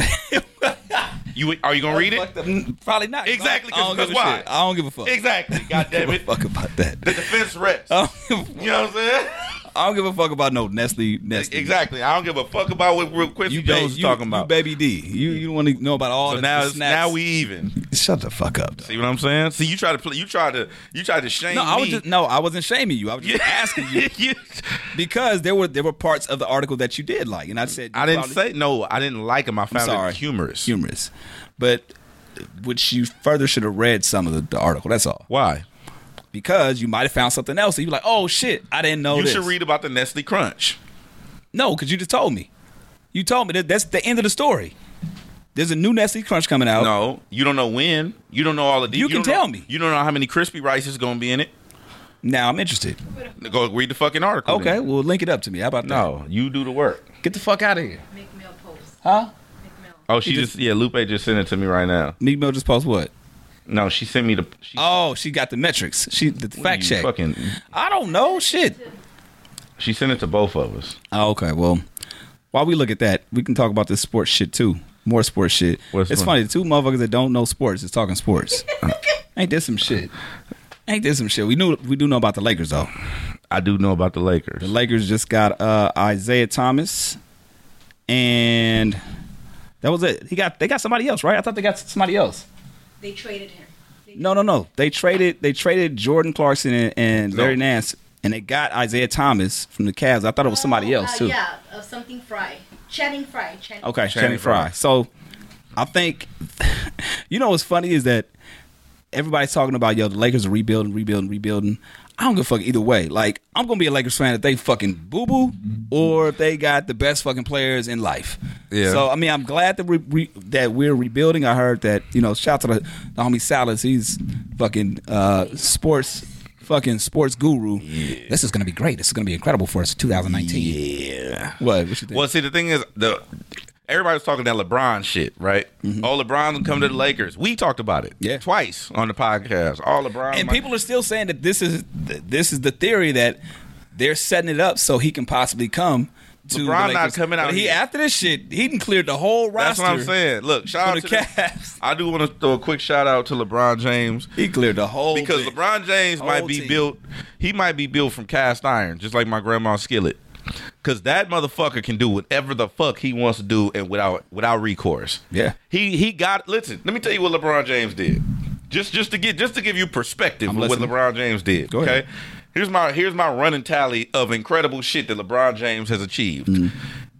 [SPEAKER 3] you are you gonna read it?
[SPEAKER 2] Mm, Probably not.
[SPEAKER 3] Exactly,
[SPEAKER 2] I don't
[SPEAKER 3] 'cause-
[SPEAKER 2] give a
[SPEAKER 3] 'cause why?
[SPEAKER 2] shit. I don't give a fuck.
[SPEAKER 3] Exactly. God damn it.
[SPEAKER 2] Fuck about
[SPEAKER 3] The
[SPEAKER 2] that.
[SPEAKER 3] defense rests.
[SPEAKER 2] I don't give a-
[SPEAKER 3] You know what I'm saying?
[SPEAKER 2] I don't give a fuck about no Nestle. Nestle.
[SPEAKER 3] Exactly. I don't give a fuck about what real Quincy
[SPEAKER 2] You, ba-
[SPEAKER 3] Jones is
[SPEAKER 2] you,
[SPEAKER 3] talking
[SPEAKER 2] you
[SPEAKER 3] about.
[SPEAKER 2] baby D. You you want to know about all
[SPEAKER 3] so
[SPEAKER 2] the,
[SPEAKER 3] now,
[SPEAKER 2] the
[SPEAKER 3] it's,
[SPEAKER 2] snacks.
[SPEAKER 3] now we even.
[SPEAKER 2] shut the fuck up.
[SPEAKER 3] See what I'm saying? See, you try to play. You try to. You try to shame
[SPEAKER 2] No, I was
[SPEAKER 3] me.
[SPEAKER 2] just no, I wasn't shaming you. I was just asking you
[SPEAKER 3] you.
[SPEAKER 2] because there were there were parts of the article that you did like, and I said
[SPEAKER 3] I didn't
[SPEAKER 2] probably-
[SPEAKER 3] say no. I didn't like him. I found
[SPEAKER 2] sorry.
[SPEAKER 3] it humorous.
[SPEAKER 2] humorous, but which you further should have read some of the, the article. That's all
[SPEAKER 3] Why?
[SPEAKER 2] because you might have found something else. And you're like, oh shit, I didn't know.
[SPEAKER 3] You
[SPEAKER 2] this.
[SPEAKER 3] should read about the Nestle Crunch.
[SPEAKER 2] No, because you just told me. You told me that that's the end of the story. There's a new Nestle Crunch coming out.
[SPEAKER 3] No, you don't know when. You don't know all the details.
[SPEAKER 2] Oh. You can
[SPEAKER 3] don't know-
[SPEAKER 2] tell me.
[SPEAKER 3] You don't know how many crispy rice is going to be in it.
[SPEAKER 2] Now I'm interested.
[SPEAKER 3] Go read the fucking article.
[SPEAKER 2] Okay,
[SPEAKER 3] then.
[SPEAKER 2] well link it up to me. How about
[SPEAKER 3] No, you do the work.
[SPEAKER 2] that? Get the fuck out of here.
[SPEAKER 4] Meek Mill post.
[SPEAKER 2] Huh?
[SPEAKER 4] Meek Mill.
[SPEAKER 3] Oh, she
[SPEAKER 2] You
[SPEAKER 3] just, yeah. Lupe just sent it to me right now.
[SPEAKER 2] Meek Mill just post what?
[SPEAKER 3] No, she sent me the. She,
[SPEAKER 2] Oh, she got the metrics. She the fact
[SPEAKER 3] you
[SPEAKER 2] check.
[SPEAKER 3] Fucking,
[SPEAKER 2] I don't know shit.
[SPEAKER 3] she sent it to both of us.
[SPEAKER 2] Oh, okay, well, while we look at that, we can talk about this sports shit too. More sports shit.
[SPEAKER 3] What's
[SPEAKER 2] it's
[SPEAKER 3] fun?
[SPEAKER 2] funny. The two motherfuckers that don't know sports is talking sports. Ain't this some shit? Ain't this some shit? We knew we do know about the Lakers though.
[SPEAKER 3] I do know about the Lakers.
[SPEAKER 2] The Lakers just got uh, Isaiah Thomas, and that was it. He got they got somebody else, right? I thought they got somebody else.
[SPEAKER 4] They traded him. They
[SPEAKER 2] No, no, no. They traded they traded Jordan Clarkson and, and Larry
[SPEAKER 3] No.
[SPEAKER 2] Nance, and they got Isaiah Thomas from the Cavs. I thought it was somebody
[SPEAKER 4] Oh,
[SPEAKER 2] else
[SPEAKER 4] uh,
[SPEAKER 2] too.
[SPEAKER 4] Yeah, uh, of something Fry, Channing Fry. Channing
[SPEAKER 2] Okay,
[SPEAKER 3] Channing
[SPEAKER 2] Channing Frye.
[SPEAKER 3] Frye.
[SPEAKER 2] So I think you know what's funny is that everybody's talking about yo the Lakers are rebuilding, rebuilding, rebuilding. I don't give a fuck either way. Like I'm gonna be a Lakers fan if they fucking boo boo or if they got the best fucking players in life.
[SPEAKER 3] Yeah.
[SPEAKER 2] So I mean I'm glad that we re- that we're rebuilding. I heard that you know shout out to the, the homie Salas. He's fucking uh, sports. Fucking sports guru. This is gonna be great. This is gonna be incredible for us. 2019.
[SPEAKER 3] Yeah.
[SPEAKER 2] What? What you think?
[SPEAKER 3] Well, see, the thing is, the everybody was talking that LeBron shit, right? All LeBron would come to the Lakers. We talked about it,
[SPEAKER 2] Mm-hmm. Yeah.
[SPEAKER 3] twice on the podcast. All LeBron
[SPEAKER 2] and
[SPEAKER 3] my-
[SPEAKER 2] people are still saying that this is th- this is the theory that they're setting it up so he can possibly come to
[SPEAKER 3] LeBron
[SPEAKER 2] the
[SPEAKER 3] not
[SPEAKER 2] Lakers.
[SPEAKER 3] coming out
[SPEAKER 2] But he
[SPEAKER 3] here.
[SPEAKER 2] after this shit, he done cleared the whole
[SPEAKER 3] That's
[SPEAKER 2] roster.
[SPEAKER 3] what I'm saying. Look, shout out
[SPEAKER 2] the
[SPEAKER 3] to the-
[SPEAKER 2] Cavs.
[SPEAKER 3] I do want to throw a quick shout out to LeBron James
[SPEAKER 2] He cleared the whole
[SPEAKER 3] because
[SPEAKER 2] thing.
[SPEAKER 3] LeBron James might
[SPEAKER 2] Whole
[SPEAKER 3] be
[SPEAKER 2] team.
[SPEAKER 3] built. He might be built from cast iron, just like my grandma's skillet. Cause that motherfucker can do whatever the fuck he wants to do, and without without recourse.
[SPEAKER 2] Yeah.
[SPEAKER 3] he he got. Listen, let me tell you what LeBron James did. Just just to get just to give you perspective
[SPEAKER 2] I'm
[SPEAKER 3] of what
[SPEAKER 2] listening.
[SPEAKER 3] LeBron James did.
[SPEAKER 2] Go
[SPEAKER 3] okay,
[SPEAKER 2] ahead.
[SPEAKER 3] here's my here's my running tally of incredible shit that LeBron James has achieved.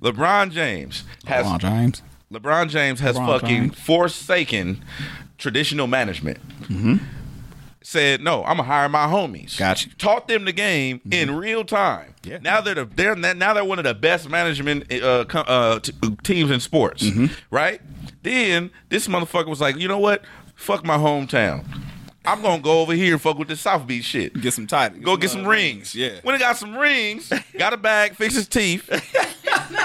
[SPEAKER 3] LeBron James has
[SPEAKER 2] Mm-hmm. LeBron James.
[SPEAKER 3] LeBron James has
[SPEAKER 2] LeBron
[SPEAKER 3] fucking
[SPEAKER 2] James.
[SPEAKER 3] forsaken traditional management.
[SPEAKER 2] Mm-hmm.
[SPEAKER 3] Said no, I'm gonna hire my homies.
[SPEAKER 2] Got you.
[SPEAKER 3] Taught them the game in real time.
[SPEAKER 2] Mm-hmm. Yeah.
[SPEAKER 3] Now they're the, they're now they're one of the best management uh, com, uh, t- teams in sports.
[SPEAKER 2] Mm-hmm.
[SPEAKER 3] Right. Then this motherfucker was like, you know what? Fuck my hometown. I'm gonna go over here and fuck with this South Beach shit.
[SPEAKER 2] Get some titles.
[SPEAKER 3] Go get some rings.
[SPEAKER 2] Yeah.
[SPEAKER 3] When he got some rings, got a bag, fixed his teeth. you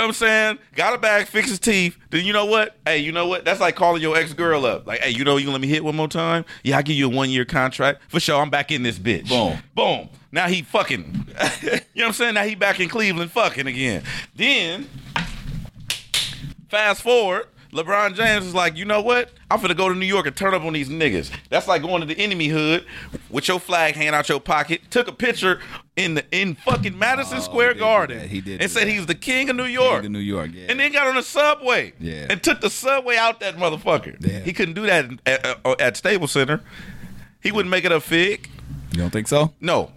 [SPEAKER 3] know what I'm saying? Got a bag, fixed his teeth. Then you know what? Hey, you know what? That's like calling your ex girl up. Like, hey, you know you gonna let me hit one more time? Yeah, I give you a one year contract for sure. I'm back in this bitch.
[SPEAKER 2] Boom.
[SPEAKER 3] boom. Now he fucking. you know what I'm saying? Now he back in Cleveland fucking again. Then Fast forward, LeBron James is like, you know what? I'm finna go to New York and turn up on these niggas. That's like going to the enemy hood with your flag hanging out your pocket. Took a picture in the in fucking Madison Square
[SPEAKER 2] did do
[SPEAKER 3] Garden.
[SPEAKER 2] that. Oh, He did do
[SPEAKER 3] and said
[SPEAKER 2] that.
[SPEAKER 3] he's the king of New
[SPEAKER 2] Go
[SPEAKER 3] York.
[SPEAKER 2] to New York. Yeah.
[SPEAKER 3] And then got on the subway.
[SPEAKER 2] Yeah.
[SPEAKER 3] And took the subway out that motherfucker.
[SPEAKER 2] Yeah.
[SPEAKER 3] He couldn't do that at, at, at Stable Center. He wouldn't make it a fig.
[SPEAKER 2] you don't think so?
[SPEAKER 3] No.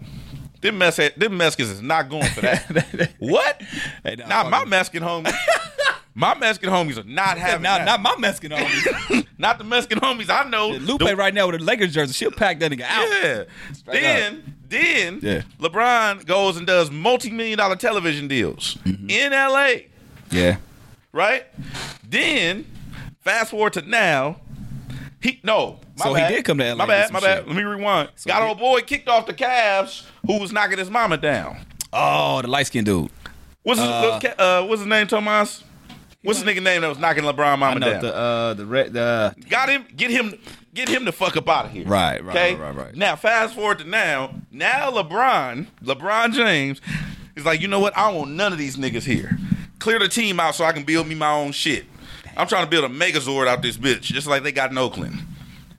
[SPEAKER 3] Them mess them Mexicans is not going for that. what?
[SPEAKER 2] Hey, nah,
[SPEAKER 3] nah,
[SPEAKER 2] fuck
[SPEAKER 3] my
[SPEAKER 2] it.
[SPEAKER 3] Mexican homies. my Mexican homies are not having
[SPEAKER 2] Not,
[SPEAKER 3] that.
[SPEAKER 2] not my Mexican homies.
[SPEAKER 3] Not the Mexican homies I know.
[SPEAKER 2] Lupe
[SPEAKER 3] The-
[SPEAKER 2] right now with a Lakers jersey. She'll pack that nigga out.
[SPEAKER 3] Yeah. Then, then
[SPEAKER 2] Yeah.
[SPEAKER 3] LeBron goes and does multi-million dollar television deals
[SPEAKER 2] Mm-hmm.
[SPEAKER 3] in LA,
[SPEAKER 2] Yeah.
[SPEAKER 3] right? Then fast forward to now. He no. my
[SPEAKER 2] So he
[SPEAKER 3] bad.
[SPEAKER 2] did come to LA
[SPEAKER 3] My
[SPEAKER 2] and
[SPEAKER 3] bad,
[SPEAKER 2] some
[SPEAKER 3] my bad.
[SPEAKER 2] shit.
[SPEAKER 3] Let me rewind.
[SPEAKER 2] So
[SPEAKER 3] Got
[SPEAKER 2] he-
[SPEAKER 3] old boy kicked off the Cavs who was knocking his mama down.
[SPEAKER 2] Oh, the light skinned dude.
[SPEAKER 3] What's his, uh, uh, what's his name, Tomas? What's his nigga name that was knocking LeBron
[SPEAKER 2] uh, I
[SPEAKER 3] mama
[SPEAKER 2] know
[SPEAKER 3] down?
[SPEAKER 2] the uh the red the
[SPEAKER 3] Got him, get him, get him the fuck up out of here.
[SPEAKER 2] Right, right,
[SPEAKER 3] 'Kay?
[SPEAKER 2] right, right, right.
[SPEAKER 3] Now, fast forward to now. Now, LeBron, LeBron James, is like, you know what? I don't want none of these niggas here. Clear the team out so I can build me my own shit. I'm trying to build a Megazord out this bitch, just like they got in Oakland.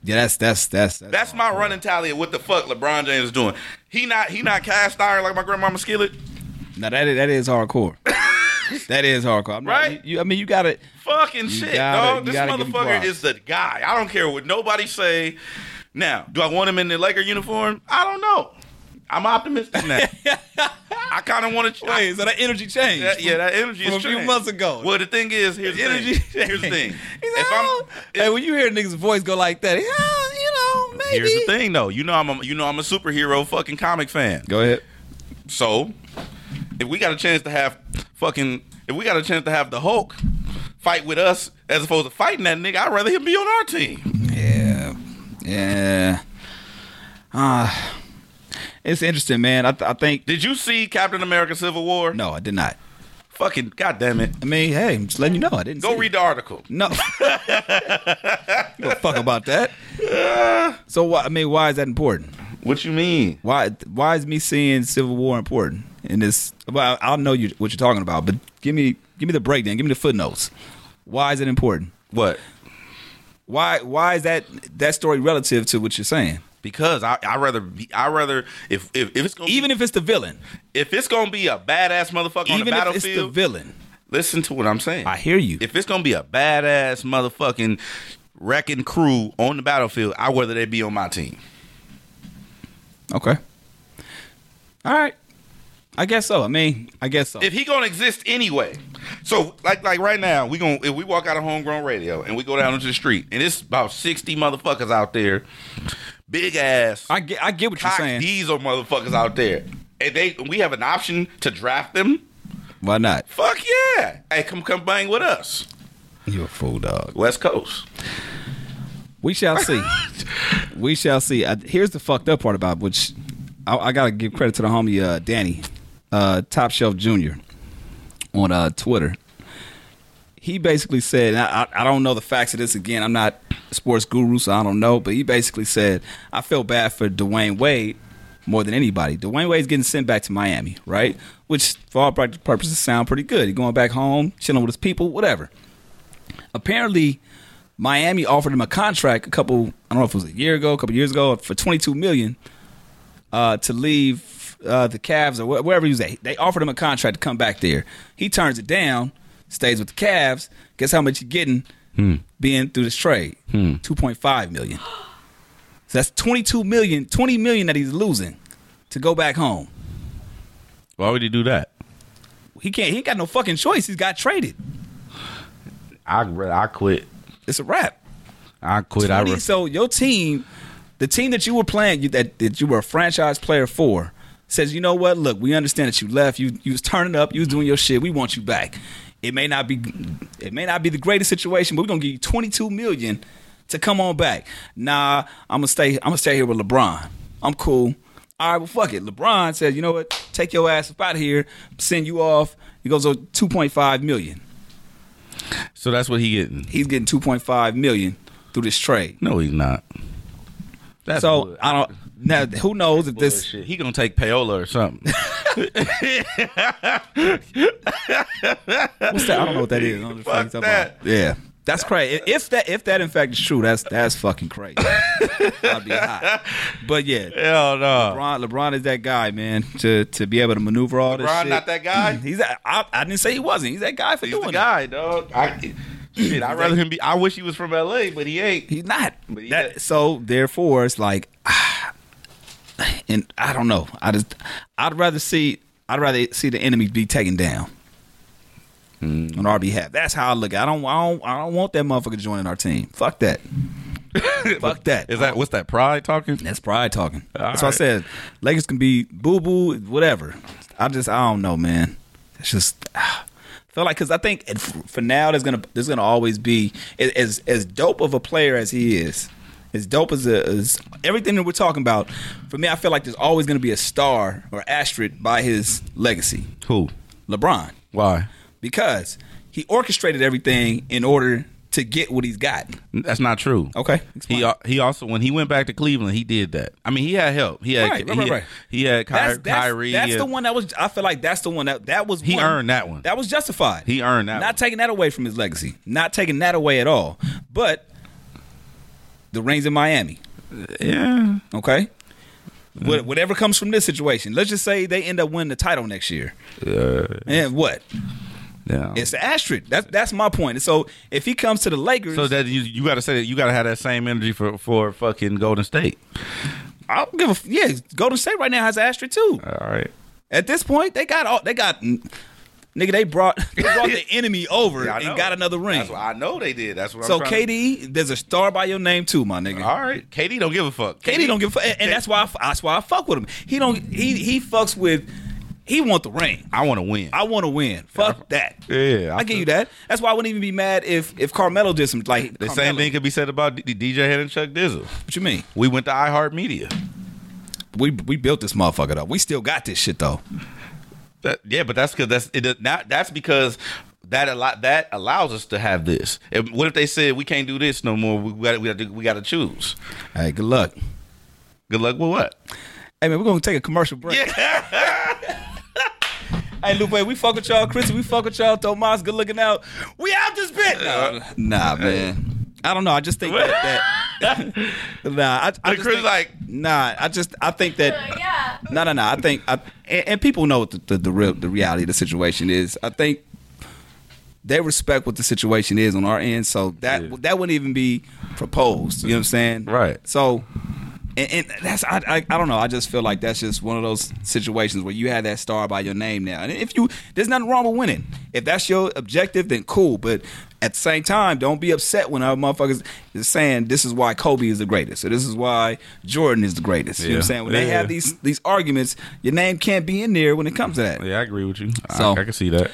[SPEAKER 2] yeah that's that's that's that's,
[SPEAKER 3] That's my running tally of what the fuck LeBron James is doing. He not he not cast iron like my grandmama skillet.
[SPEAKER 2] now that is, that is hardcore. that is hardcore. I'm not-
[SPEAKER 3] Right?
[SPEAKER 2] you- you- I mean you got it.
[SPEAKER 3] Fucking shit,
[SPEAKER 2] gotta- you
[SPEAKER 3] dog. This
[SPEAKER 2] gotta give him
[SPEAKER 3] motherfucker
[SPEAKER 2] props.
[SPEAKER 3] is the guy. I don't care what nobody say. Now, do I want him in the Laker uniform? I don't know. I'm optimistic now. I kind of want to.
[SPEAKER 2] Wait, so that energy changed.
[SPEAKER 3] that, yeah, that energy
[SPEAKER 2] From
[SPEAKER 3] is
[SPEAKER 2] a few
[SPEAKER 3] changed.
[SPEAKER 2] months ago.
[SPEAKER 3] Well, the thing is, here's the
[SPEAKER 2] energy.
[SPEAKER 3] thing. Here's the thing.
[SPEAKER 2] He's like, "Oh." hey, when you hear niggas' voice go like that, "Oh, you know, maybe.
[SPEAKER 3] here's the thing, though. You know, I'm a, you know I'm a superhero fucking comic fan.
[SPEAKER 2] Go ahead.
[SPEAKER 3] So, if we got a chance to have fucking, if we got a chance to have the Hulk fight with us as opposed to fighting that nigga, I'd rather him be on our team.
[SPEAKER 2] Yeah, yeah. Uh, it's interesting, man. I, th- I think.
[SPEAKER 3] Did you see Captain America: Civil War?
[SPEAKER 2] No, I did not.
[SPEAKER 3] Fucking goddamn it!
[SPEAKER 2] I mean, hey, I'm just letting you know, I didn't.
[SPEAKER 3] Go
[SPEAKER 2] see it.
[SPEAKER 3] read the article.
[SPEAKER 2] No. Give a fuck about that. So why? I mean, why is that important?
[SPEAKER 3] What you mean?
[SPEAKER 2] Why? Why is me seeing Civil War important in this? Well, I, I know you what you're talking about, but give me give me the breakdown. Give me the footnotes. Why is it important?
[SPEAKER 3] What?
[SPEAKER 2] Why? Why is that that story relative to what you're saying?
[SPEAKER 3] Because I I rather be, I rather if if, if it's gonna
[SPEAKER 2] Even if it's the villain,
[SPEAKER 3] if it's gonna be a badass motherfucker on the
[SPEAKER 2] even if it's the
[SPEAKER 3] battlefield,
[SPEAKER 2] villain,
[SPEAKER 3] listen to what I'm saying.
[SPEAKER 2] I hear you.
[SPEAKER 3] If it's gonna be a badass motherfucking wrecking crew on the battlefield, I rather they be on my team.
[SPEAKER 2] Okay. All right. I guess so. I mean, I guess so.
[SPEAKER 3] if he gonna exist anyway. So like like right now, we gonna if we walk out of homegrown radio and we go down into the street and it's about sixty motherfuckers out there, big ass
[SPEAKER 2] I get, I get what you're
[SPEAKER 3] cock
[SPEAKER 2] saying.
[SPEAKER 3] diesel motherfuckers out there, and they we have an option to draft them.
[SPEAKER 2] Why not?
[SPEAKER 3] Fuck yeah! Hey, come come bang with us,
[SPEAKER 2] You a fool, dog.
[SPEAKER 3] West Coast.
[SPEAKER 2] We shall see. we shall see. I, here's the fucked up part about which I, I gotta give credit to the homie uh, Danny, uh, Top Shelf Junior, on uh, Twitter. He basically said, and I, I I don't know the facts of this again. I'm not a sports guru, so I don't know. But he basically said, I feel bad for Dwayne Wade more than anybody. Dwayne Wade's getting sent back to Miami, right? Which, for all practical purposes, sound pretty good. He's going back home, chilling with his people, whatever apparently Miami offered him a contract a couple I don't know if it was a year ago, a couple years ago for 22 million uh, to leave uh, the Cavs or wh- wherever he was at. They offered him a contract to come back there. He turns it down, stays with the Cavs. Guess how much you're getting being through this trade? 2.5 million. So that's 22 million, 20 million that he's losing to go back home.
[SPEAKER 3] Why would he do that?
[SPEAKER 2] He can't. He ain't got no fucking choice. He's got traded.
[SPEAKER 3] I I quit.
[SPEAKER 2] It's a wrap.
[SPEAKER 3] I quit.
[SPEAKER 2] 20 so your team, the team that you were playing, you, that that you were a franchise player for, says, you know what? Look, we understand that you left. You you was turning up. You was doing your shit. We want you back. It may not be, it may not be the greatest situation, but we're gonna give you twenty two million to come on back. Nah, I'm gonna stay. I'm gonna stay here with LeBron. I'm cool. All right, well, fuck it. LeBron says, you know what? Take your ass up out of here. Send you off. He goes over two point five million.
[SPEAKER 3] so that's what he getting.
[SPEAKER 2] He's getting two point five million through this trade.
[SPEAKER 3] No, he's not. That's
[SPEAKER 2] so
[SPEAKER 3] bull-
[SPEAKER 2] I don't. Now, who knows if this?
[SPEAKER 3] bullshit. He gonna take payola or something.
[SPEAKER 2] What's that? I don't know what that is. I don't know what the fuck
[SPEAKER 3] Fuck
[SPEAKER 2] you talking about. Yeah, that's crazy. If that, if that in fact is true, that's that's fucking crazy. I'd be hot. But yeah,
[SPEAKER 3] Hell no.
[SPEAKER 2] LeBron, LeBron is that guy, man. To to be able to maneuver all this.
[SPEAKER 3] LeBron
[SPEAKER 2] shit.
[SPEAKER 3] not that guy?
[SPEAKER 2] He's that. I, I didn't say he wasn't. He's that guy for
[SPEAKER 3] He's
[SPEAKER 2] doing
[SPEAKER 3] the
[SPEAKER 2] it.
[SPEAKER 3] guy, dog. I, shit, I'd rather him be. I wish he was from LA, but he ain't.
[SPEAKER 2] He's not.
[SPEAKER 3] But he
[SPEAKER 2] That-
[SPEAKER 3] is.
[SPEAKER 2] so therefore, it's like, and I don't know. I just, I'd rather see, I'd rather see the enemy be taken down
[SPEAKER 3] Mm.
[SPEAKER 2] on our behalf. That's how I look. I don't, I don't, I don't want that motherfucker joining our team. Fuck that. Fuck that.
[SPEAKER 3] Is that what's that pride talking?
[SPEAKER 2] That's pride talking. That's
[SPEAKER 3] right.
[SPEAKER 2] what I said. Lakers can be boo boo, whatever. I just, I don't know, man. It's just. ah, Feel like because I think f- for now there's gonna there's gonna always be a- as as dope of a player as he is, as dope as, a, as everything that we're talking about. For me, I feel like there's always gonna be a star or asterisk by his legacy,
[SPEAKER 3] Who?
[SPEAKER 2] LeBron,
[SPEAKER 3] Why?
[SPEAKER 2] because he orchestrated everything in order to get what he's got.
[SPEAKER 3] That's not true.
[SPEAKER 2] Okay,
[SPEAKER 3] He al- he also when he went back to Cleveland, he did that. I mean, he had help. He had
[SPEAKER 2] Right, right,
[SPEAKER 3] he,
[SPEAKER 2] right,
[SPEAKER 3] had-
[SPEAKER 2] right.
[SPEAKER 3] he had Ky-
[SPEAKER 2] That's, that's,
[SPEAKER 3] Kyrie.
[SPEAKER 2] that's
[SPEAKER 3] he
[SPEAKER 2] the
[SPEAKER 3] had-
[SPEAKER 2] one that was. I feel like that's the one that that was.
[SPEAKER 3] He
[SPEAKER 2] one.
[SPEAKER 3] earned that one.
[SPEAKER 2] That was justified.
[SPEAKER 3] He earned that
[SPEAKER 2] Not
[SPEAKER 3] one.
[SPEAKER 2] taking that away from his legacy. Not taking that away at all. But the rings in Miami.
[SPEAKER 3] yeah.
[SPEAKER 2] Okay.
[SPEAKER 3] Mm-hmm.
[SPEAKER 2] What Whatever comes from this situation, let's just say they end up winning the title next year, and what?
[SPEAKER 3] Yeah.
[SPEAKER 2] It's the asterisk. That's that's my point. So if he comes to the Lakers,
[SPEAKER 3] so that you you got to say that you got to have that same energy for for fucking Golden State.
[SPEAKER 2] I don't give a f- yeah. Golden State right now has an asterisk too.
[SPEAKER 3] All right.
[SPEAKER 2] At this point, they got all they got. Nigga, they brought they brought the enemy over
[SPEAKER 3] Yeah, I know.
[SPEAKER 2] and got another ring.
[SPEAKER 3] That's what I know they did. That's what.
[SPEAKER 2] So
[SPEAKER 3] I'm trying to-
[SPEAKER 2] KD, there's a star by your name too, my nigga.
[SPEAKER 3] all right, KD don't give a fuck.
[SPEAKER 2] KD don't give a fuck, and, and that's why I, f- that's why I fuck with him. He don't he he fucks with he want the ring.
[SPEAKER 3] I want to win.
[SPEAKER 2] I want to win. Fuck that.
[SPEAKER 3] yeah,
[SPEAKER 2] I, give you that. That's why I wouldn't even be mad if if Carmelo did some like
[SPEAKER 3] The
[SPEAKER 2] Carmelo,
[SPEAKER 3] same thing could be said about D- DJ Head and Chuck Dizzle.
[SPEAKER 2] What you mean?
[SPEAKER 3] We went to iHeartMedia.
[SPEAKER 2] We we built this motherfucker though. We still got this shit though.
[SPEAKER 3] That, yeah, but that's because that's it. does Not that's because that a lot that allows us to have this. And what if they said we can't do this no more? We got we got to we got to choose.
[SPEAKER 2] Hey, good luck.
[SPEAKER 3] Good luck with what?
[SPEAKER 2] Hey man, we're gonna take a commercial break. hey Lupe, we fuck with y'all. Chris, we fuck with y'all. Tomas, good looking out. We out this bit. Nah, nah, man. I don't know. I just think that. that nah, I, I
[SPEAKER 3] And
[SPEAKER 2] just
[SPEAKER 3] Chris
[SPEAKER 2] think-
[SPEAKER 3] like-
[SPEAKER 2] nah. I just I think that.
[SPEAKER 4] Yeah.
[SPEAKER 2] No, no, no. I think, I, and, and people know what the the, the, real, the reality of the situation is. I think they respect what the situation is on our end, so that that wouldn't even be proposed. You know what I'm saying?
[SPEAKER 3] Right.
[SPEAKER 2] So and, and that's I, I I don't know. I just feel like that's just one of those situations where you have that star by your name now. And if you there's nothing wrong with winning. If that's your objective, then cool. But at the same time, don't be upset when our motherfuckers is saying this is why Kobe is the greatest. So this is why Jordan is the greatest. You know what I'm
[SPEAKER 3] Yeah.
[SPEAKER 2] saying? When they
[SPEAKER 3] Yeah.
[SPEAKER 2] have these these arguments, your name can't be in there when it comes to that.
[SPEAKER 3] Yeah, I agree with you.
[SPEAKER 2] So-
[SPEAKER 3] I, I can see that.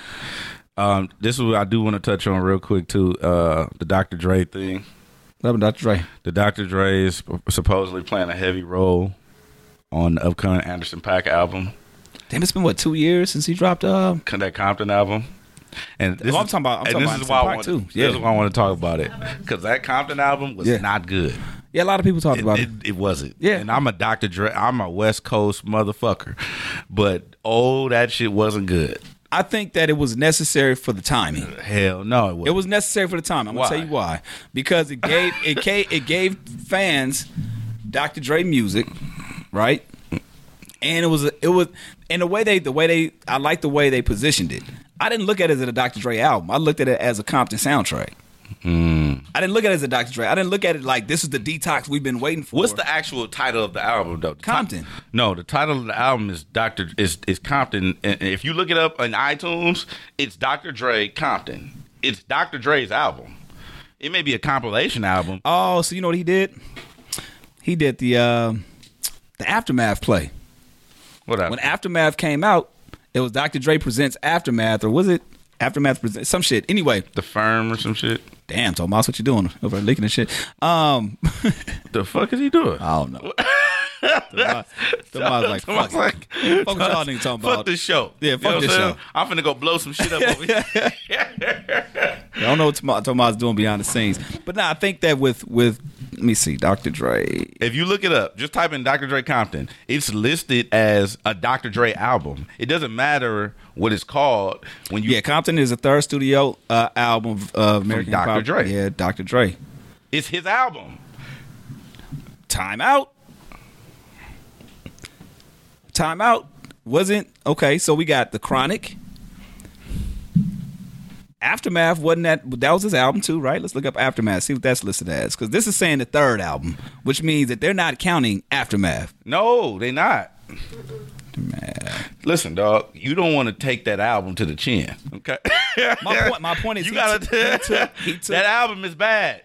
[SPEAKER 3] Um, this is what I do want to touch on real quick too. Uh, the Dr. Dre thing.
[SPEAKER 2] Love it, Dr. Dre.
[SPEAKER 3] The Dr. Dre is supposedly playing a heavy role on the upcoming Anderson Pack album,
[SPEAKER 2] Damn, it's been what two years since he dropped. Uh,
[SPEAKER 3] that Compton album. And this
[SPEAKER 2] Oh, I'm
[SPEAKER 3] is-
[SPEAKER 2] talking about- I'm
[SPEAKER 3] and
[SPEAKER 2] talking
[SPEAKER 3] this
[SPEAKER 2] about
[SPEAKER 3] is why I
[SPEAKER 2] Anderson
[SPEAKER 3] want
[SPEAKER 2] Paak, too. Yeah.
[SPEAKER 3] This is why I want to talk about it because that Compton album was
[SPEAKER 2] Yeah.
[SPEAKER 3] not good.
[SPEAKER 2] yeah, a lot of people talked about
[SPEAKER 3] it,
[SPEAKER 2] it.
[SPEAKER 3] it wasn't.
[SPEAKER 2] Yeah.
[SPEAKER 3] And I'm a Dr. Dre. I'm a West Coast motherfucker. But oh, that shit wasn't good.
[SPEAKER 2] I think that it was necessary for the timing.
[SPEAKER 3] Hell no, it wasn't.
[SPEAKER 2] It was necessary for the time. I'm
[SPEAKER 3] Why?
[SPEAKER 2] gonna tell you why. Because it gave it gave, it gave fans Dr. Dre music, right? And it was a, it was and the way they the way they I like the way they positioned it. I didn't look at it as a Dr. Dre album. I looked at it as a Compton soundtrack.
[SPEAKER 3] Hmm.
[SPEAKER 2] I didn't look at it as a Dr. Dre. I didn't look at it like this is the detox we've been waiting for.
[SPEAKER 3] What's the actual title of the album though? The ti-
[SPEAKER 2] Compton.
[SPEAKER 3] no, the title of the album is Doctor is is Compton. And and if you look it up on iTunes, it's Dr. Dre Compton. It's Dr. Dre's album. It may be a compilation album.
[SPEAKER 2] Oh, so you know what he did? He did the uh, the aftermath play.
[SPEAKER 3] Whatever.
[SPEAKER 2] When aftermath came out, it was Dr. Dre presents aftermath, or was it aftermath presents some shit? Anyway,
[SPEAKER 3] the firm or some shit.
[SPEAKER 2] damn, Tomas, what you doing over there leaking and shit? Um,
[SPEAKER 3] The fuck is he doing?
[SPEAKER 2] I don't know. Tomas, Tomas Uh, like,
[SPEAKER 3] I'm
[SPEAKER 2] fuck, it.
[SPEAKER 3] like,
[SPEAKER 2] fuck what y'all niggas talking about.
[SPEAKER 3] Fuck this show.
[SPEAKER 2] Yeah, fuck
[SPEAKER 3] what
[SPEAKER 2] this
[SPEAKER 3] I'm saying?
[SPEAKER 2] show.
[SPEAKER 3] I'm finna go blow some shit up over here.
[SPEAKER 2] I don't know what Tomas, Tomas doing behind the scenes, but nah, I think that with with let me see, Dr. Dre.
[SPEAKER 3] If you look it up, just type in Dr. Dre Compton. It's listed as a Dr. Dre album. It doesn't matter what it's called when you.
[SPEAKER 2] Yeah, Compton is the third studio uh, album of American
[SPEAKER 3] Dr.
[SPEAKER 2] Pop-
[SPEAKER 3] Dre.
[SPEAKER 2] Yeah, Dr. Dre.
[SPEAKER 3] It's his album.
[SPEAKER 2] Time out. Time out wasn't okay. So we got the Chronic. Aftermath wasn't that that was his album too, right? Let's look up Aftermath, see what that's listed as, because this is saying the third album, which means that they're not counting Aftermath.
[SPEAKER 3] No, they not. Listen, dog, you don't want to take that album to the chin. Okay.
[SPEAKER 2] My point, my point is,
[SPEAKER 3] you
[SPEAKER 2] he
[SPEAKER 3] gotta.
[SPEAKER 2] took- he took- he took-
[SPEAKER 3] that album is bad.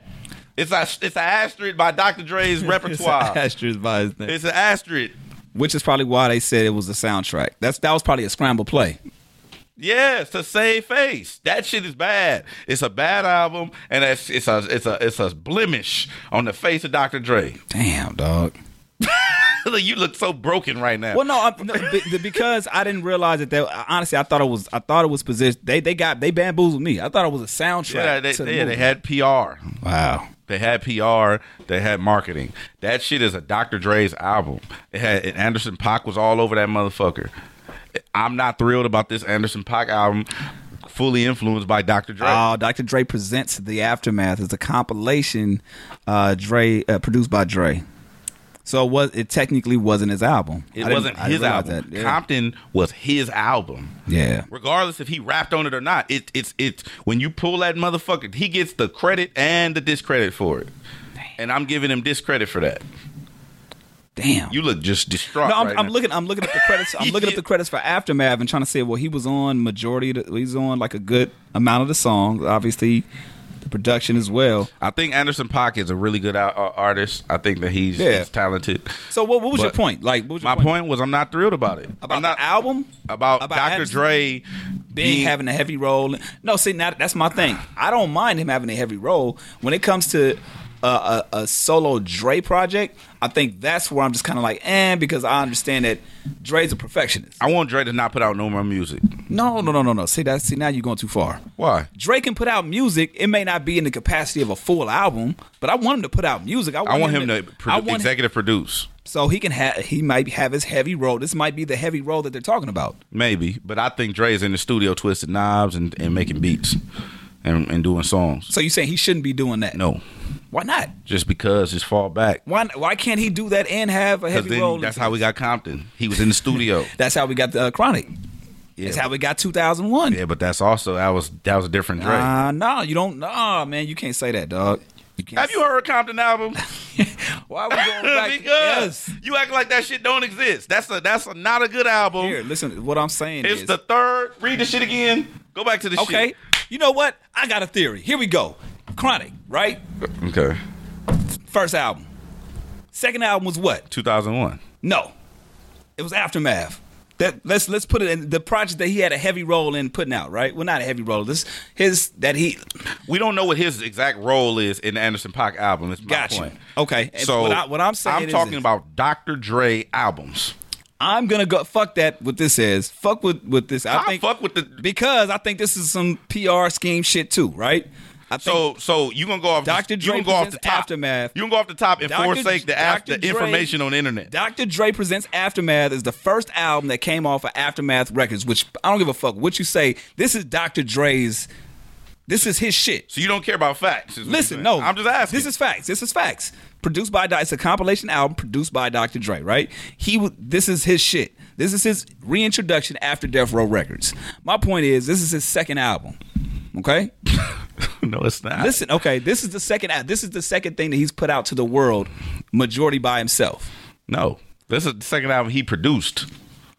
[SPEAKER 3] It's a it's an asterisk by Dr. Dre's
[SPEAKER 2] It's
[SPEAKER 3] repertoire.
[SPEAKER 2] asterisk by his name.
[SPEAKER 3] It's an asterisk.
[SPEAKER 2] which is probably why they said it was a soundtrack. That's that was probably a scramble play.
[SPEAKER 3] Yes, to save face. That shit is bad. It's a bad album, and it's it's a it's a it's a blemish on the face of Dr. Dre.
[SPEAKER 2] Damn, dog.
[SPEAKER 3] Look, you look so broken right now.
[SPEAKER 2] Well, no, I, no be- the- because I didn't realize that. They, honestly, I thought it was. I thought it was position. They they got they bamboozled me. I thought it was a soundtrack.
[SPEAKER 3] yeah, they,
[SPEAKER 2] to the
[SPEAKER 3] yeah, they
[SPEAKER 2] movie.
[SPEAKER 3] had PR.
[SPEAKER 2] Wow.
[SPEAKER 3] They had PR. They had marketing. That shit is a Dr. Dre's album. It had and Anderson Pac was all over that motherfucker. I'm not thrilled about this Anderson Pac album, fully influenced by Dr. Dre.
[SPEAKER 2] Uh, Dr. Dre presents the aftermath. It's a compilation, uh, Dre uh, produced by Dre. So it was it technically wasn't his album. I
[SPEAKER 3] it
[SPEAKER 2] didn't-
[SPEAKER 3] wasn't
[SPEAKER 2] I didn't
[SPEAKER 3] his
[SPEAKER 2] realize
[SPEAKER 3] album.
[SPEAKER 2] that. Yeah.
[SPEAKER 3] Compton was his album.
[SPEAKER 2] yeah.
[SPEAKER 3] regardless if he rapped on it or not. It, it's it's when you pull that motherfucker, he gets the credit and the discredit for it. And I'm giving him discredit for that.
[SPEAKER 2] Damn.
[SPEAKER 3] You look just distraught.
[SPEAKER 2] no, I'm,
[SPEAKER 3] right
[SPEAKER 2] I'm
[SPEAKER 3] now.
[SPEAKER 2] looking. I'm looking at the credits. I'm looking at the credits for Aftermath and trying to say, well, he was on majority. Of the, he's on like a good amount of the songs. Obviously, the production as well.
[SPEAKER 3] I think Anderson Paak is a really good ar- ar- artist. I think that he's,
[SPEAKER 2] Yeah.
[SPEAKER 3] he's talented.
[SPEAKER 2] So what, what was
[SPEAKER 3] But
[SPEAKER 2] your point? Like what was your
[SPEAKER 3] My point was, I'm not thrilled about it.
[SPEAKER 2] about
[SPEAKER 3] I'm not
[SPEAKER 2] the album
[SPEAKER 3] about,
[SPEAKER 2] about
[SPEAKER 3] Dr.
[SPEAKER 2] Anderson
[SPEAKER 3] Dre
[SPEAKER 2] being having a heavy role. No, see, now that's my thing. I don't mind him having a heavy role when it comes to a, a, a solo Dre project. I think that's where I'm just kind of like, eh, because I understand that Dre's a perfectionist.
[SPEAKER 3] I want Dre to not put out no more music.
[SPEAKER 2] No, no, no, no, no. See that? See now you're going too far.
[SPEAKER 3] Why?
[SPEAKER 2] Drake can put out music. It may not be in the capacity of a full album, but I want him to put out music. I want,
[SPEAKER 3] I want him to
[SPEAKER 2] I
[SPEAKER 3] produ-
[SPEAKER 2] want him-
[SPEAKER 3] executive produce,
[SPEAKER 2] so he can have. He might have his heavy role. This might be the heavy role that they're talking about.
[SPEAKER 3] maybe. But I think Dre's in the studio twisting knobs and, and making beats and, and doing songs.
[SPEAKER 2] So you saying he shouldn't be doing that?
[SPEAKER 3] No,
[SPEAKER 2] Why not?
[SPEAKER 3] just because it's fall back.
[SPEAKER 2] Why why can't he do that and have a
[SPEAKER 3] Because
[SPEAKER 2] heavy role?
[SPEAKER 3] then that's how we got Compton. He was in the studio.
[SPEAKER 2] That's how we got the uh, chronic. That's how we got 2001. Ah,
[SPEAKER 3] yeah, but that's also that was that was a different Dre.
[SPEAKER 2] Uh, no, you don't. Nah, man, you can't say that, dog. can't
[SPEAKER 3] Have you heard Compton album?
[SPEAKER 2] Why are we going back?
[SPEAKER 3] because
[SPEAKER 2] to, yes.
[SPEAKER 3] you act like that shit don't exist. That's a that's a, not a good album.
[SPEAKER 2] Here, listen. What I'm saying
[SPEAKER 3] it's
[SPEAKER 2] is
[SPEAKER 3] the third. Read the shit again. Go back to the
[SPEAKER 2] okay. You know what? I got a theory. Here we go. Chronic, right?
[SPEAKER 3] shit. Okay. Okay.
[SPEAKER 2] First album. Second album was what?
[SPEAKER 3] 2001.
[SPEAKER 2] No, it was aftermath. That let's let's put it in the project that he had a heavy role in putting out. Right? Well, not a heavy role. This his that he
[SPEAKER 3] We don't know what his exact role is in the Anderson Pac album. It's my
[SPEAKER 2] got you.
[SPEAKER 3] point.
[SPEAKER 2] Okay. And
[SPEAKER 3] So
[SPEAKER 2] what, I, what I'm saying,
[SPEAKER 3] I'm
[SPEAKER 2] is
[SPEAKER 3] talking
[SPEAKER 2] this.
[SPEAKER 3] about Dr. Dre albums.
[SPEAKER 2] I'm gonna go fuck that. What this is, fuck with with this. I
[SPEAKER 3] I
[SPEAKER 2] think
[SPEAKER 3] fuck with the
[SPEAKER 2] because I think this is some PR scheme shit too. Right? I think
[SPEAKER 3] So so you gonna go off
[SPEAKER 2] Dr.
[SPEAKER 3] you
[SPEAKER 2] Dre
[SPEAKER 3] gonna go off the
[SPEAKER 2] presents
[SPEAKER 3] top
[SPEAKER 2] Aftermath.
[SPEAKER 3] You gonna go off the top and
[SPEAKER 2] Dr.
[SPEAKER 3] forsake the af-
[SPEAKER 2] Dr.
[SPEAKER 3] the
[SPEAKER 2] Dre-
[SPEAKER 3] information on the internet.
[SPEAKER 2] Dr. Dre presents Aftermath is the first album that came off of Aftermath Records, which I don't give a fuck what you say. This is Dr. Dre's. This is his shit.
[SPEAKER 3] so you don't care about facts. is what you're
[SPEAKER 2] Listen,
[SPEAKER 3] saying.
[SPEAKER 2] no,
[SPEAKER 3] I'm just asking.
[SPEAKER 2] This is facts. This is facts. Produced by it's a compilation album produced by Dr. Dre. Right? He w- this is his shit. This is his reintroduction after Death Row Records. My point is, this is his second album. Okay.
[SPEAKER 3] no, it's not.
[SPEAKER 2] Listen, okay, this is the second al- this is the second thing that he's put out to the world, majority by himself.
[SPEAKER 3] no, this is the second album he produced,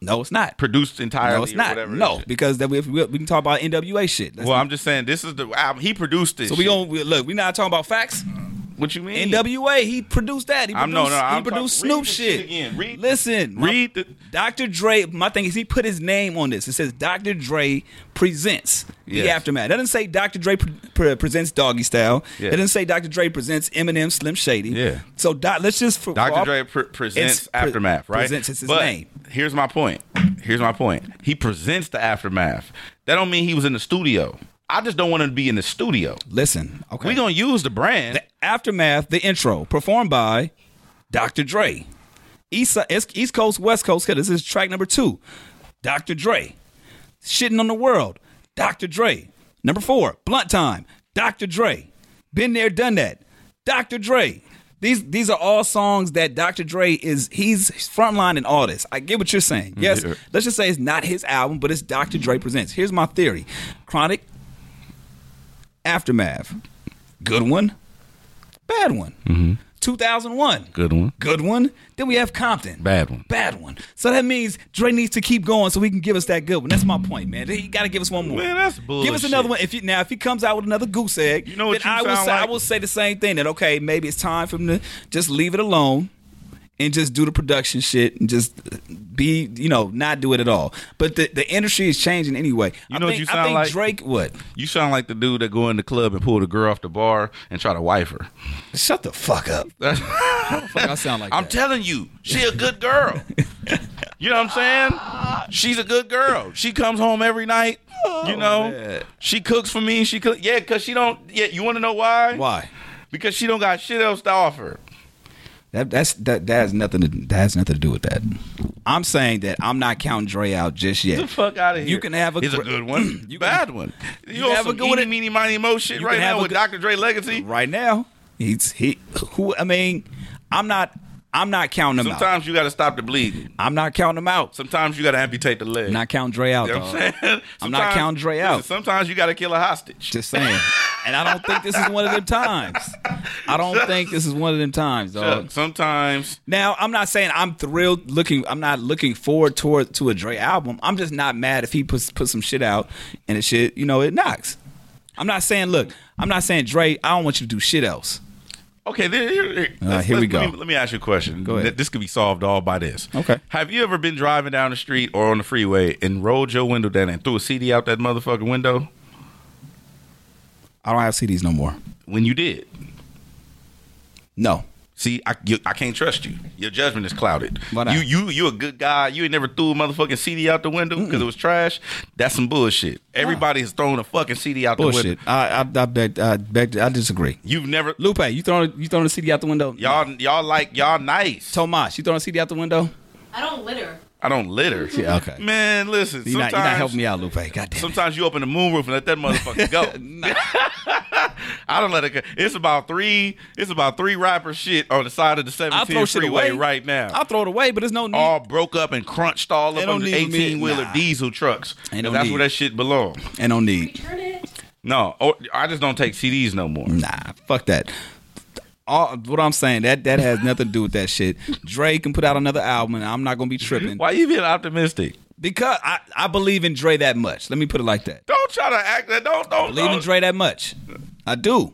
[SPEAKER 2] No, it's not.
[SPEAKER 3] produced entirely.
[SPEAKER 2] No, it's
[SPEAKER 3] or
[SPEAKER 2] not.
[SPEAKER 3] whatever
[SPEAKER 2] No,
[SPEAKER 3] that shit-
[SPEAKER 2] because that we, we we can talk about NWA shit. That's
[SPEAKER 3] Well,
[SPEAKER 2] not-
[SPEAKER 3] I'm just saying this is the album he produced. This.
[SPEAKER 2] so we
[SPEAKER 3] shit.
[SPEAKER 2] don't we, look. We're not talking about facts.
[SPEAKER 3] What you mean?
[SPEAKER 2] NWA, he produced that. He produced,
[SPEAKER 3] I'm- no, no,
[SPEAKER 2] he
[SPEAKER 3] I'm
[SPEAKER 2] produced
[SPEAKER 3] talking-
[SPEAKER 2] Snoop
[SPEAKER 3] read the shit
[SPEAKER 2] shit.
[SPEAKER 3] again. Read-
[SPEAKER 2] Listen, my-
[SPEAKER 3] read the-
[SPEAKER 2] Dr. Dre. My thing is, he put his name on this. It says Dr. Dre presents
[SPEAKER 3] Yes.
[SPEAKER 2] the aftermath. That doesn't say Dr. Dre pre- pre- presents Doggy Style.
[SPEAKER 3] Yeah.
[SPEAKER 2] It doesn't say Dr. Dre presents Eminem Slim Shady.
[SPEAKER 3] Yeah.
[SPEAKER 2] So doc, let's just for,
[SPEAKER 3] Dr.
[SPEAKER 2] for all-
[SPEAKER 3] Dre pr- presents
[SPEAKER 2] It's pre-
[SPEAKER 3] Aftermath, right?
[SPEAKER 2] presents is his
[SPEAKER 3] but
[SPEAKER 2] name.
[SPEAKER 3] Here's my point. Here's my point. He presents the Aftermath. That don't mean he was in the studio. I just don't want to be in the studio.
[SPEAKER 2] Listen, okay.
[SPEAKER 3] we going to use the brand.
[SPEAKER 2] The aftermath, the intro, performed by Dr. Dre. East, uh, East East Coast, West Coast. 'cause This is track number two. Dr. Dre. Shitting on the world. Dr. Dre. Number four, Blunt Time. Dr. Dre. Been there, done that. Dr. Dre. These these are all songs that Dr. Dre is he's frontline in all this. I get what you're saying. Yes.
[SPEAKER 3] Yeah.
[SPEAKER 2] Let's just say it's not his album, but it's Dr. Dre presents. Here's my theory. Chronic Aftermath. Good one. Bad one.
[SPEAKER 3] Mm-hmm.
[SPEAKER 2] 2001.
[SPEAKER 3] Good one.
[SPEAKER 2] Good one. Then we have Compton.
[SPEAKER 3] Bad one.
[SPEAKER 2] Bad one. So that means Dre needs to keep going so he can give us that good one. That's my point, man. He got to give us one more.
[SPEAKER 3] Man, that's
[SPEAKER 2] Give us
[SPEAKER 3] bullshit.
[SPEAKER 2] another one. If you, now, if he comes out with another goose egg,
[SPEAKER 3] You know what
[SPEAKER 2] then
[SPEAKER 3] you
[SPEAKER 2] I will
[SPEAKER 3] sound
[SPEAKER 2] say I
[SPEAKER 3] like?
[SPEAKER 2] will say the same thing. That okay, maybe it's time for him to just leave it alone and just do the production shit and just be you know not do it at all. But the, the industry is changing anyway. I
[SPEAKER 3] know what
[SPEAKER 2] think,
[SPEAKER 3] you
[SPEAKER 2] I
[SPEAKER 3] sound
[SPEAKER 2] think
[SPEAKER 3] like?
[SPEAKER 2] Drake. What?
[SPEAKER 3] You sound like the dude that go in the club and pull the girl off the bar and try to wife her.
[SPEAKER 2] Shut the fuck up. Fuck, I sound like
[SPEAKER 3] I'm
[SPEAKER 2] that.
[SPEAKER 3] telling you, she a good girl. you know what I'm saying? She's a good girl. She comes home every night. You know,
[SPEAKER 2] Oh, man.
[SPEAKER 3] she cooks for me. She cook, yeah, cause she don't. Yeah, you want to know why?
[SPEAKER 2] Why?
[SPEAKER 3] Because she don't got shit else to offer.
[SPEAKER 2] That that's that that has nothing to that has nothing to do with that. I'm saying that I'm not counting Dre out just yet.
[SPEAKER 3] Get the fuck out of here.
[SPEAKER 2] You can have a
[SPEAKER 3] It's a
[SPEAKER 2] gr-
[SPEAKER 3] good one.
[SPEAKER 2] You can-
[SPEAKER 3] bad one. You,
[SPEAKER 2] you
[SPEAKER 3] know
[SPEAKER 2] can have a
[SPEAKER 3] some
[SPEAKER 2] good one.
[SPEAKER 3] eeny, meeny, miny, mo shit
[SPEAKER 2] You
[SPEAKER 3] right
[SPEAKER 2] can have
[SPEAKER 3] now
[SPEAKER 2] a
[SPEAKER 3] with
[SPEAKER 2] good-
[SPEAKER 3] Dr. Dre legacy.
[SPEAKER 2] Right now, he's he who I mean, I'm not I'm not counting him out.
[SPEAKER 3] Sometimes you got to stop the bleeding.
[SPEAKER 2] I'm not counting him out.
[SPEAKER 3] Sometimes you got to amputate the leg.
[SPEAKER 2] I'm not counting Dre out.
[SPEAKER 3] You know what
[SPEAKER 2] dog.
[SPEAKER 3] I'm saying?
[SPEAKER 2] I'm not
[SPEAKER 3] Sometimes-
[SPEAKER 2] counting Dre
[SPEAKER 3] listen,
[SPEAKER 2] out.
[SPEAKER 3] Sometimes you got to kill a hostage.
[SPEAKER 2] Just saying. And I don't think this is one of them times. I don't think this is one of them times, dog.
[SPEAKER 3] Look, sometimes
[SPEAKER 2] Now, I'm not saying I'm thrilled looking. I'm not looking forward toward to a Dre album. I'm just not mad if he puts put some shit out and it shit, you know, it knocks. I'm not saying, look, I'm not saying Dre. I don't want you to do shit else.
[SPEAKER 3] okay. There, here, here-
[SPEAKER 2] Uh,
[SPEAKER 3] let's-
[SPEAKER 2] here we
[SPEAKER 3] let's-
[SPEAKER 2] go.
[SPEAKER 3] Let me, let me ask you a question.
[SPEAKER 2] Go ahead.
[SPEAKER 3] Th- This could be solved all by this.
[SPEAKER 2] Okay.
[SPEAKER 3] Have you ever been driving down the street or on the freeway and rolled your window down and threw a CD out that motherfucking window?
[SPEAKER 2] I don't have CDs no more.
[SPEAKER 3] When you did,
[SPEAKER 2] No,
[SPEAKER 3] see, I you, I can't trust you. Your judgment is clouded.
[SPEAKER 2] Why not?
[SPEAKER 3] You you you a good guy. You ain't never threw a motherfucking CD out the window because it was trash. That's some bullshit. Everybody has thrown a fucking CD out the
[SPEAKER 2] bullshit.
[SPEAKER 3] window.
[SPEAKER 2] I I, I beg I beg I disagree.
[SPEAKER 3] You've never
[SPEAKER 2] Lupe, you throwing you throwing a CD out the window?
[SPEAKER 3] y'all y'all like y'all nice.
[SPEAKER 2] Tomas, you throwing a CD out the window?
[SPEAKER 4] I don't litter.
[SPEAKER 3] I don't litter.
[SPEAKER 2] Yeah, okay.
[SPEAKER 3] Man, listen.
[SPEAKER 2] You're not,
[SPEAKER 3] sometimes
[SPEAKER 2] you not helping me out, Lupe. God damn. it.
[SPEAKER 3] Sometimes you open the moonroof and let that motherfucker go. I don't let it. go. It's about three. It's about three rapper shit on the side of the
[SPEAKER 2] I
[SPEAKER 3] 17
[SPEAKER 2] throw shit
[SPEAKER 3] freeway
[SPEAKER 2] away
[SPEAKER 3] right now.
[SPEAKER 2] I throw it away, but there's no need.
[SPEAKER 3] all broke up and crunched all
[SPEAKER 2] They
[SPEAKER 3] up
[SPEAKER 2] don't
[SPEAKER 3] on the
[SPEAKER 2] need me.
[SPEAKER 3] 18 wheeler
[SPEAKER 2] Nah.
[SPEAKER 3] diesel trucks.
[SPEAKER 2] Ain't no
[SPEAKER 3] 'Cause that's
[SPEAKER 2] need.
[SPEAKER 3] where that shit belong. Oh,
[SPEAKER 2] and no need.
[SPEAKER 4] Return it.
[SPEAKER 3] No, or, I just don't take CDs no more.
[SPEAKER 2] Nah, fuck that. all what I'm saying that that has nothing to do with that shit. Dre can put out another album, and I'm not gonna be tripping
[SPEAKER 3] Why you being optimistic?
[SPEAKER 2] because I, I believe in Dre that much. Let me put it like that.
[SPEAKER 3] Don't try to act that. Don't don't.
[SPEAKER 2] I believe in
[SPEAKER 3] don't.
[SPEAKER 2] Dre that much. I do.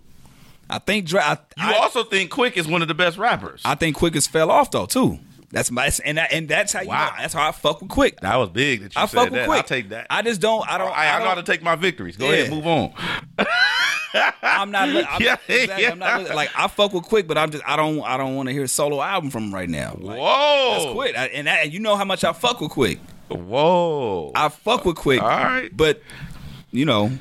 [SPEAKER 2] I think Dre. I,
[SPEAKER 3] You
[SPEAKER 2] I,
[SPEAKER 3] also think Quick is one of the best rappers.
[SPEAKER 2] I think Quick has fell off though too. That's my and that, and that's how you
[SPEAKER 3] Wow.
[SPEAKER 2] know, that's how I fuck with Quick.
[SPEAKER 3] that was big that you
[SPEAKER 2] I
[SPEAKER 3] said
[SPEAKER 2] fuck with
[SPEAKER 3] that.
[SPEAKER 2] Quick.
[SPEAKER 3] I take that.
[SPEAKER 2] I just don't. I don't.
[SPEAKER 3] I, I
[SPEAKER 2] don't,
[SPEAKER 3] know how to take my victories. Go ahead,
[SPEAKER 2] Yeah.
[SPEAKER 3] move on.
[SPEAKER 2] I'm not. li- I'm,
[SPEAKER 3] Yeah,
[SPEAKER 2] exactly, I'm not li- like I fuck with Quick, but I'm just. I don't. I don't want to hear a solo album from him right now. Like,
[SPEAKER 3] Whoa,
[SPEAKER 2] that's Quick, I, and, that, and you know how much I fuck with Quick.
[SPEAKER 3] Whoa,
[SPEAKER 2] I fuck with Quick.
[SPEAKER 3] All right.
[SPEAKER 2] but you know,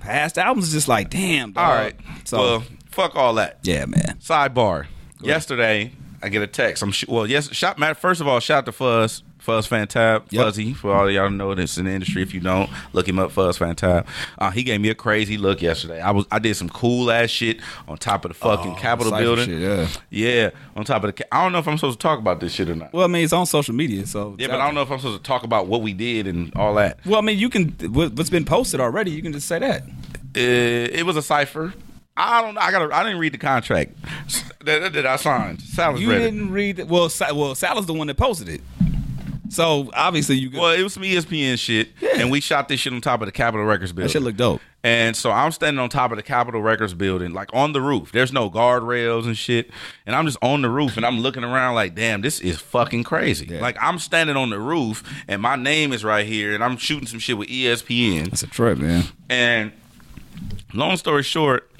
[SPEAKER 2] past albums is just like damn. Dog.
[SPEAKER 3] all right.
[SPEAKER 2] uh, So
[SPEAKER 3] well, fuck all that.
[SPEAKER 2] yeah, man.
[SPEAKER 3] Sidebar. Yesterday, I get a text. I'm sh- well. Yes, shout. Matt, first of all, shout to Fuzz, Fuzz Fantab,
[SPEAKER 2] Yep.
[SPEAKER 3] Fuzzy. For all y'all know that's in the industry, if you don't, look him up, Fuzz Fantab. Uh, he gave me a crazy look yesterday. I was I did some cool ass shit on top of the fucking Capitol
[SPEAKER 2] Cypher
[SPEAKER 3] building.
[SPEAKER 2] Oh, shit, yeah.
[SPEAKER 3] Yeah, on top of the. Ca- I don't know if I'm supposed to talk about this shit or not.
[SPEAKER 2] Well, I mean, it's on social media, so
[SPEAKER 3] yeah, but I don't know if I'm supposed to talk about what we did and all that.
[SPEAKER 2] Well, I mean, you can what- what's been posted already. You can just say that.
[SPEAKER 3] Uh, it was a cipher. I don't. know. I got. I didn't read the contract that, that I signed. Silence
[SPEAKER 2] You
[SPEAKER 3] read it.
[SPEAKER 2] didn't read. It. Well, Sa- well, Salah's the one that posted it. So obviously, you good.
[SPEAKER 3] Well, it was some E ESPN shit, and we shot this shit on top of the Capitol Records building.
[SPEAKER 2] that shit look dope.
[SPEAKER 3] And so I'm standing on top of the Capitol Records building, like on the roof. There's no guardrails and shit. And I'm just on the roof and I'm looking around like, damn, this is fucking crazy. Like I'm standing on the roof and my name is right here and I'm shooting some shit with E ESPN.
[SPEAKER 2] That's a trip, man.
[SPEAKER 3] And long story short,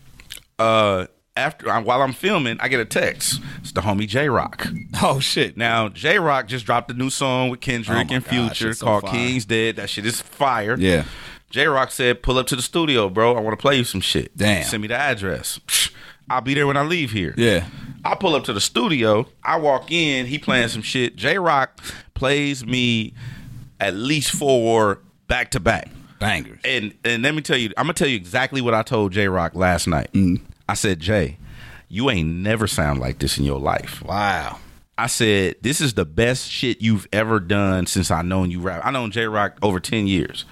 [SPEAKER 3] uh, after I- while I'm filming, I get a text. It's the homie J Rock.
[SPEAKER 2] Oh shit!
[SPEAKER 3] Now J Rock just dropped a new song with Kendrick
[SPEAKER 2] Oh my God,
[SPEAKER 3] and Future
[SPEAKER 2] shit's so
[SPEAKER 3] called
[SPEAKER 2] fire.
[SPEAKER 3] King's Dead. That shit is fire.
[SPEAKER 2] Yeah.
[SPEAKER 3] J Rock said, "Pull up to the studio, bro. I want to play you some shit.
[SPEAKER 2] Damn.
[SPEAKER 3] Send me the address. I'll be there when I leave here.
[SPEAKER 2] Yeah.
[SPEAKER 3] I pull up to the studio. I walk in. He playing some shit. J Rock plays me at least four back to back.
[SPEAKER 2] Bangers.
[SPEAKER 3] And and let me tell you, I'm gonna tell you exactly what I told J Rock last night. I said, Jay, you ain't never sound like this in your life.
[SPEAKER 2] Wow.
[SPEAKER 3] I said, "This is the best shit you've ever done since I known you rap. I known J Rock over ten years.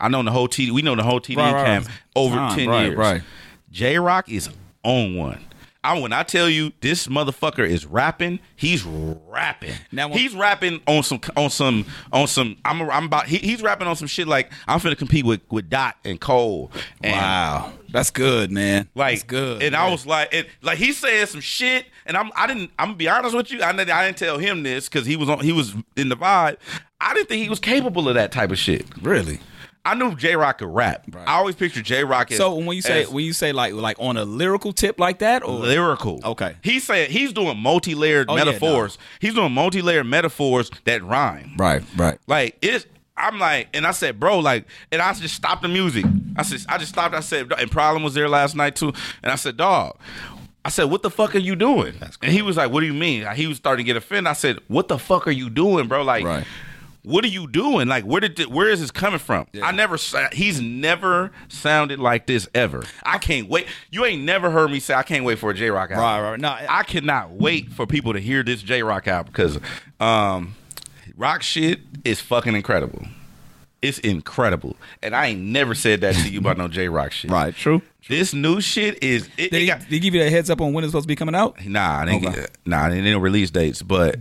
[SPEAKER 3] I known the whole TD. We know the whole TD
[SPEAKER 2] Hmm. Right, right.
[SPEAKER 3] camp over
[SPEAKER 2] Time,
[SPEAKER 3] ten
[SPEAKER 2] right,
[SPEAKER 3] years.
[SPEAKER 2] right.
[SPEAKER 3] J Rock is on one. I when I tell you this motherfucker is rapping, he's rapping.
[SPEAKER 2] Now,
[SPEAKER 3] Now
[SPEAKER 2] when-
[SPEAKER 3] he's rapping on some on some on some. I'm I'm about. He, he's rapping on some shit like I'm finna compete with with Dot and Cole. And
[SPEAKER 2] Wow. That's good, man.
[SPEAKER 3] like
[SPEAKER 2] That's good.
[SPEAKER 3] And I
[SPEAKER 2] man.
[SPEAKER 3] was like, it, like he said some shit, and I'm I didn't I'm gonna be honest with you, I didn't, I didn't tell him this because he was on he was in the vibe. I didn't think he was capable of that type of shit.
[SPEAKER 2] really.
[SPEAKER 3] I knew J Rock could rap.
[SPEAKER 2] Right.
[SPEAKER 3] I always picture J Rock as
[SPEAKER 2] So when you say
[SPEAKER 3] as
[SPEAKER 2] when you say like like on a lyrical tip like that or
[SPEAKER 3] lyrical,
[SPEAKER 2] Okay.
[SPEAKER 3] he said he's doing multi layered
[SPEAKER 2] Oh, yeah, no.
[SPEAKER 3] metaphors. He's doing multi layered metaphors that rhyme.
[SPEAKER 2] right right
[SPEAKER 3] Like it's I'm like, and I said, bro, like, and I just stopped the music. I said, I just stopped. I said, and problem was there last night too. And I said, dog. I said, what the fuck are you doing? And he was like, what do you mean? He was starting to get offended. I said, what the fuck are you doing, bro? Like,
[SPEAKER 2] Right.
[SPEAKER 3] what are you doing? Like, where did th- where is this coming from? I never. sa- He's never sounded like this ever. I can't wait. You ain't never heard me say I can't wait for a J Rock album.
[SPEAKER 2] Right, right. No, I-
[SPEAKER 3] I cannot wait for people to hear this J Rock album because um, rock shit is fucking incredible. It's incredible, and I ain't never said that to you about no J Rock shit.
[SPEAKER 2] right true.
[SPEAKER 3] This new shit is it,
[SPEAKER 2] Did
[SPEAKER 3] it
[SPEAKER 2] he,
[SPEAKER 3] got,
[SPEAKER 2] did he give you a heads up on when it's supposed to be coming out?
[SPEAKER 3] nah. I didn't
[SPEAKER 2] Okay.
[SPEAKER 3] get, nah. They didn't release dates, but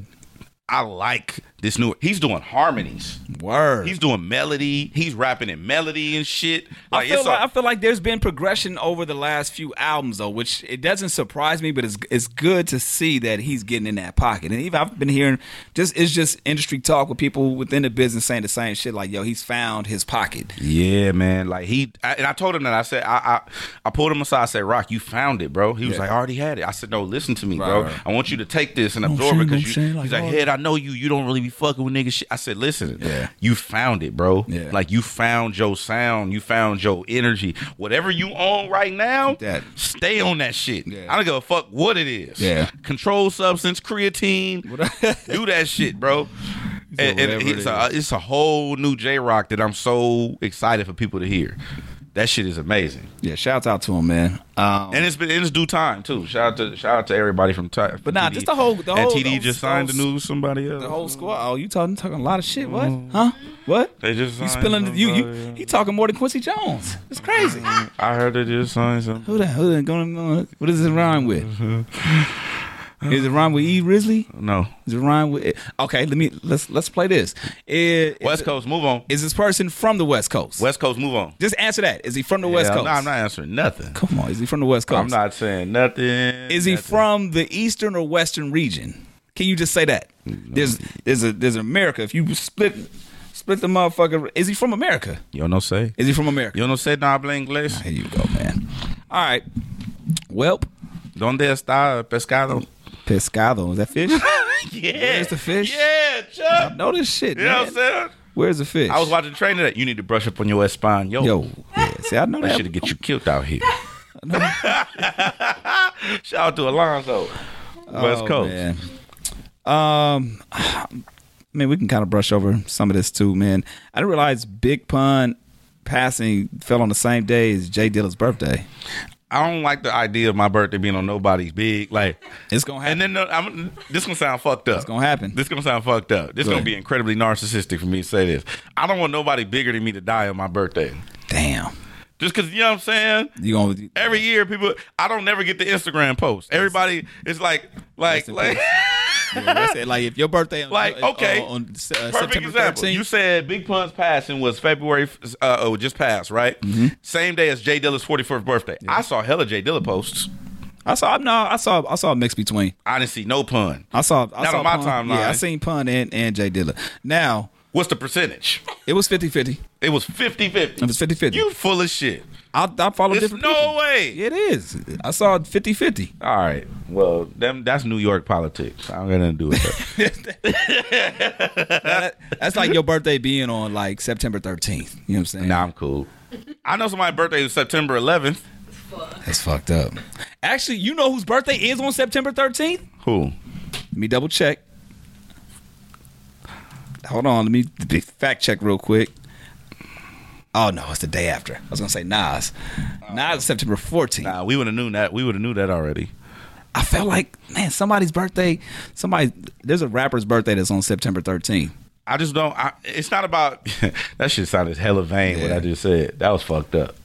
[SPEAKER 3] I like this new. He's doing harmonies.
[SPEAKER 2] Word.
[SPEAKER 3] He's doing melody. He's rapping in melody and shit. Like,
[SPEAKER 2] I feel
[SPEAKER 3] it's a-
[SPEAKER 2] like I feel like there's been progression over the last few albums though, which it doesn't surprise me, but it's it's good to see that he's getting in that pocket. And even I've been hearing just it's just industry talk with people within the business saying the same shit like, yo, he's found his pocket.
[SPEAKER 3] Yeah, man. Like he I, and I told him that I said I, I I pulled him aside. I said, "Rock, you found it, bro." He was
[SPEAKER 2] Yeah.
[SPEAKER 3] like, "I already had it." I said, "No, listen to me,
[SPEAKER 2] Right,
[SPEAKER 3] bro.
[SPEAKER 2] right.
[SPEAKER 3] I want you to take this and absorb
[SPEAKER 2] shame, no
[SPEAKER 3] it because you."
[SPEAKER 2] shame, like,
[SPEAKER 3] he's like,
[SPEAKER 2] oh.
[SPEAKER 3] "Head, I know you. You don't really be fucking with nigga shit." I said, "Listen,
[SPEAKER 2] Yeah.
[SPEAKER 3] you found it, bro.
[SPEAKER 2] Yeah.
[SPEAKER 3] Like you found your sound. You found your energy. Whatever you on right now,
[SPEAKER 2] that.
[SPEAKER 3] stay on that shit.
[SPEAKER 2] Yeah.
[SPEAKER 3] I don't give a fuck what it is.
[SPEAKER 2] Yeah.
[SPEAKER 3] control substance, creatine, do that shit, bro." And, and
[SPEAKER 2] whatever it
[SPEAKER 3] it's, a, it's a whole new J Rock that I'm so excited for people to hear. That shit is amazing,
[SPEAKER 2] Yeah, shouts out to him, man.
[SPEAKER 3] Uh,
[SPEAKER 2] Um,
[SPEAKER 3] and it's been in its due time too. Shout out to shout out to everybody from Ty.
[SPEAKER 2] But nah,
[SPEAKER 3] TD.
[SPEAKER 2] just the whole- the
[SPEAKER 3] and
[SPEAKER 2] whole-
[SPEAKER 3] TD
[SPEAKER 2] the
[SPEAKER 3] just
[SPEAKER 2] whole-
[SPEAKER 3] signed a new Mm-hmm. somebody else.
[SPEAKER 2] the whole squad. Oh, you talking talking a lot of shit. What? Huh? What?
[SPEAKER 3] They just
[SPEAKER 2] you
[SPEAKER 3] signed
[SPEAKER 2] spilling you you
[SPEAKER 3] somebody.
[SPEAKER 2] he talking more than Quincy Jones. It's crazy.
[SPEAKER 3] I heard they just signed some.
[SPEAKER 2] Who that? Who that going on? What does it rhyme with? Is it rhyme with E Risley?
[SPEAKER 3] No,
[SPEAKER 2] Is it rhyme with? Okay, let me let's let's play this. Is,
[SPEAKER 3] West Coast, move on.
[SPEAKER 2] is this person from the West Coast?
[SPEAKER 3] West Coast, move on.
[SPEAKER 2] Just answer that. Is he from the West
[SPEAKER 3] Yeah,
[SPEAKER 2] Coast?
[SPEAKER 3] No, I'm not answering nothing.
[SPEAKER 2] Come on, is he from the West Coast?
[SPEAKER 3] I'm not saying nothing.
[SPEAKER 2] Is he
[SPEAKER 3] nothing.
[SPEAKER 2] from the eastern or western region? Can you just say that? There's there's a there's America. If you split split the motherfucker, is he from America?
[SPEAKER 3] You don't know say.
[SPEAKER 2] Is he from America?
[SPEAKER 3] You don't know say no habla inglés.
[SPEAKER 2] Here you go, man. All right. Welp,
[SPEAKER 3] Donde está el pescado?
[SPEAKER 2] pescado. Is that fish?
[SPEAKER 3] Yeah.
[SPEAKER 2] Where's the fish?
[SPEAKER 3] Yeah, Chuck.
[SPEAKER 2] no, this shit.
[SPEAKER 3] You know what
[SPEAKER 2] man.
[SPEAKER 3] I'm saying?
[SPEAKER 2] Where's the fish?
[SPEAKER 3] I was watching training that you need to brush up on your Espan. Yo,
[SPEAKER 2] Yo, yeah. see, I know
[SPEAKER 3] that
[SPEAKER 2] that.
[SPEAKER 3] shit'll get you killed out here. Shout out to Alonzo. West
[SPEAKER 2] Oh,
[SPEAKER 3] Coast.
[SPEAKER 2] man. Um, man, we can kind of brush over some of this too, man. I didn't realize Big Pun passing fell on the same day as Jay Dilla's birthday.
[SPEAKER 3] I don't like the idea of my birthday being on nobody's big. Like,
[SPEAKER 2] It's gonna happen.
[SPEAKER 3] and then the, I'm, this gonna sound fucked up. It's
[SPEAKER 2] gonna happen.
[SPEAKER 3] This gonna sound fucked up. This
[SPEAKER 2] Go
[SPEAKER 3] gonna
[SPEAKER 2] ahead.
[SPEAKER 3] be incredibly narcissistic for me to say this. I don't want nobody bigger than me to die on my birthday.
[SPEAKER 2] Damn.
[SPEAKER 3] Just cause you know what I'm saying.
[SPEAKER 2] You gonna
[SPEAKER 3] Every year, people, I don't never get the Instagram post. Everybody, it's like, like,
[SPEAKER 2] Rest in
[SPEAKER 3] like.
[SPEAKER 2] peace. Yeah, that's it. like if your birthday on,
[SPEAKER 3] Like,
[SPEAKER 2] uh,
[SPEAKER 3] okay.
[SPEAKER 2] uh, on, uh,
[SPEAKER 3] Perfect
[SPEAKER 2] September
[SPEAKER 3] example. You
[SPEAKER 2] thirteenth.
[SPEAKER 3] said Big Pun's passing was February, f- uh, oh, just passed, right?
[SPEAKER 2] Mm-hmm.
[SPEAKER 3] Same day as Jay Dilla's 44th birthday. I saw hella Jay Dilla posts.
[SPEAKER 2] I saw no, I saw I saw a mix between.
[SPEAKER 3] I didn't see no pun.
[SPEAKER 2] I saw I
[SPEAKER 3] Not
[SPEAKER 2] saw
[SPEAKER 3] on my
[SPEAKER 2] Pun.
[SPEAKER 3] timeline.
[SPEAKER 2] Yeah, I seen Pun and, and Jay Dilla. Now
[SPEAKER 3] What's the percentage?
[SPEAKER 2] it was 50-50.
[SPEAKER 3] It was 50 50.
[SPEAKER 2] It was 50-50.
[SPEAKER 3] You full of shit.
[SPEAKER 2] I, I follow
[SPEAKER 3] It's
[SPEAKER 2] different.
[SPEAKER 3] no
[SPEAKER 2] people.
[SPEAKER 3] way.
[SPEAKER 2] It is. I saw 50-50.
[SPEAKER 3] All right. Well, them, that's New York politics. I'm going to do it.
[SPEAKER 2] That- that's like your birthday being on like September thirteenth. You know what I'm saying?
[SPEAKER 3] nah, I'm cool. I know somebody's birthday is September 11th.
[SPEAKER 2] that's fucked up. Actually, you know whose birthday is on September thirteenth?
[SPEAKER 3] Who?
[SPEAKER 2] Let me double check. Hold on, let me d- fact check real quick. Oh no, it's the day after. I was gonna say Nas.
[SPEAKER 3] Oh.
[SPEAKER 2] Nas is September 14th.
[SPEAKER 3] Nah, we would have knew that. We would have knew that already.
[SPEAKER 2] I felt like, man, somebody's birthday, somebody there's a rapper's birthday that's on September 13th.
[SPEAKER 3] I just don't. I, it's not about that. Shit sounded hella vain. What
[SPEAKER 2] Yeah.
[SPEAKER 3] I just said. That was fucked up.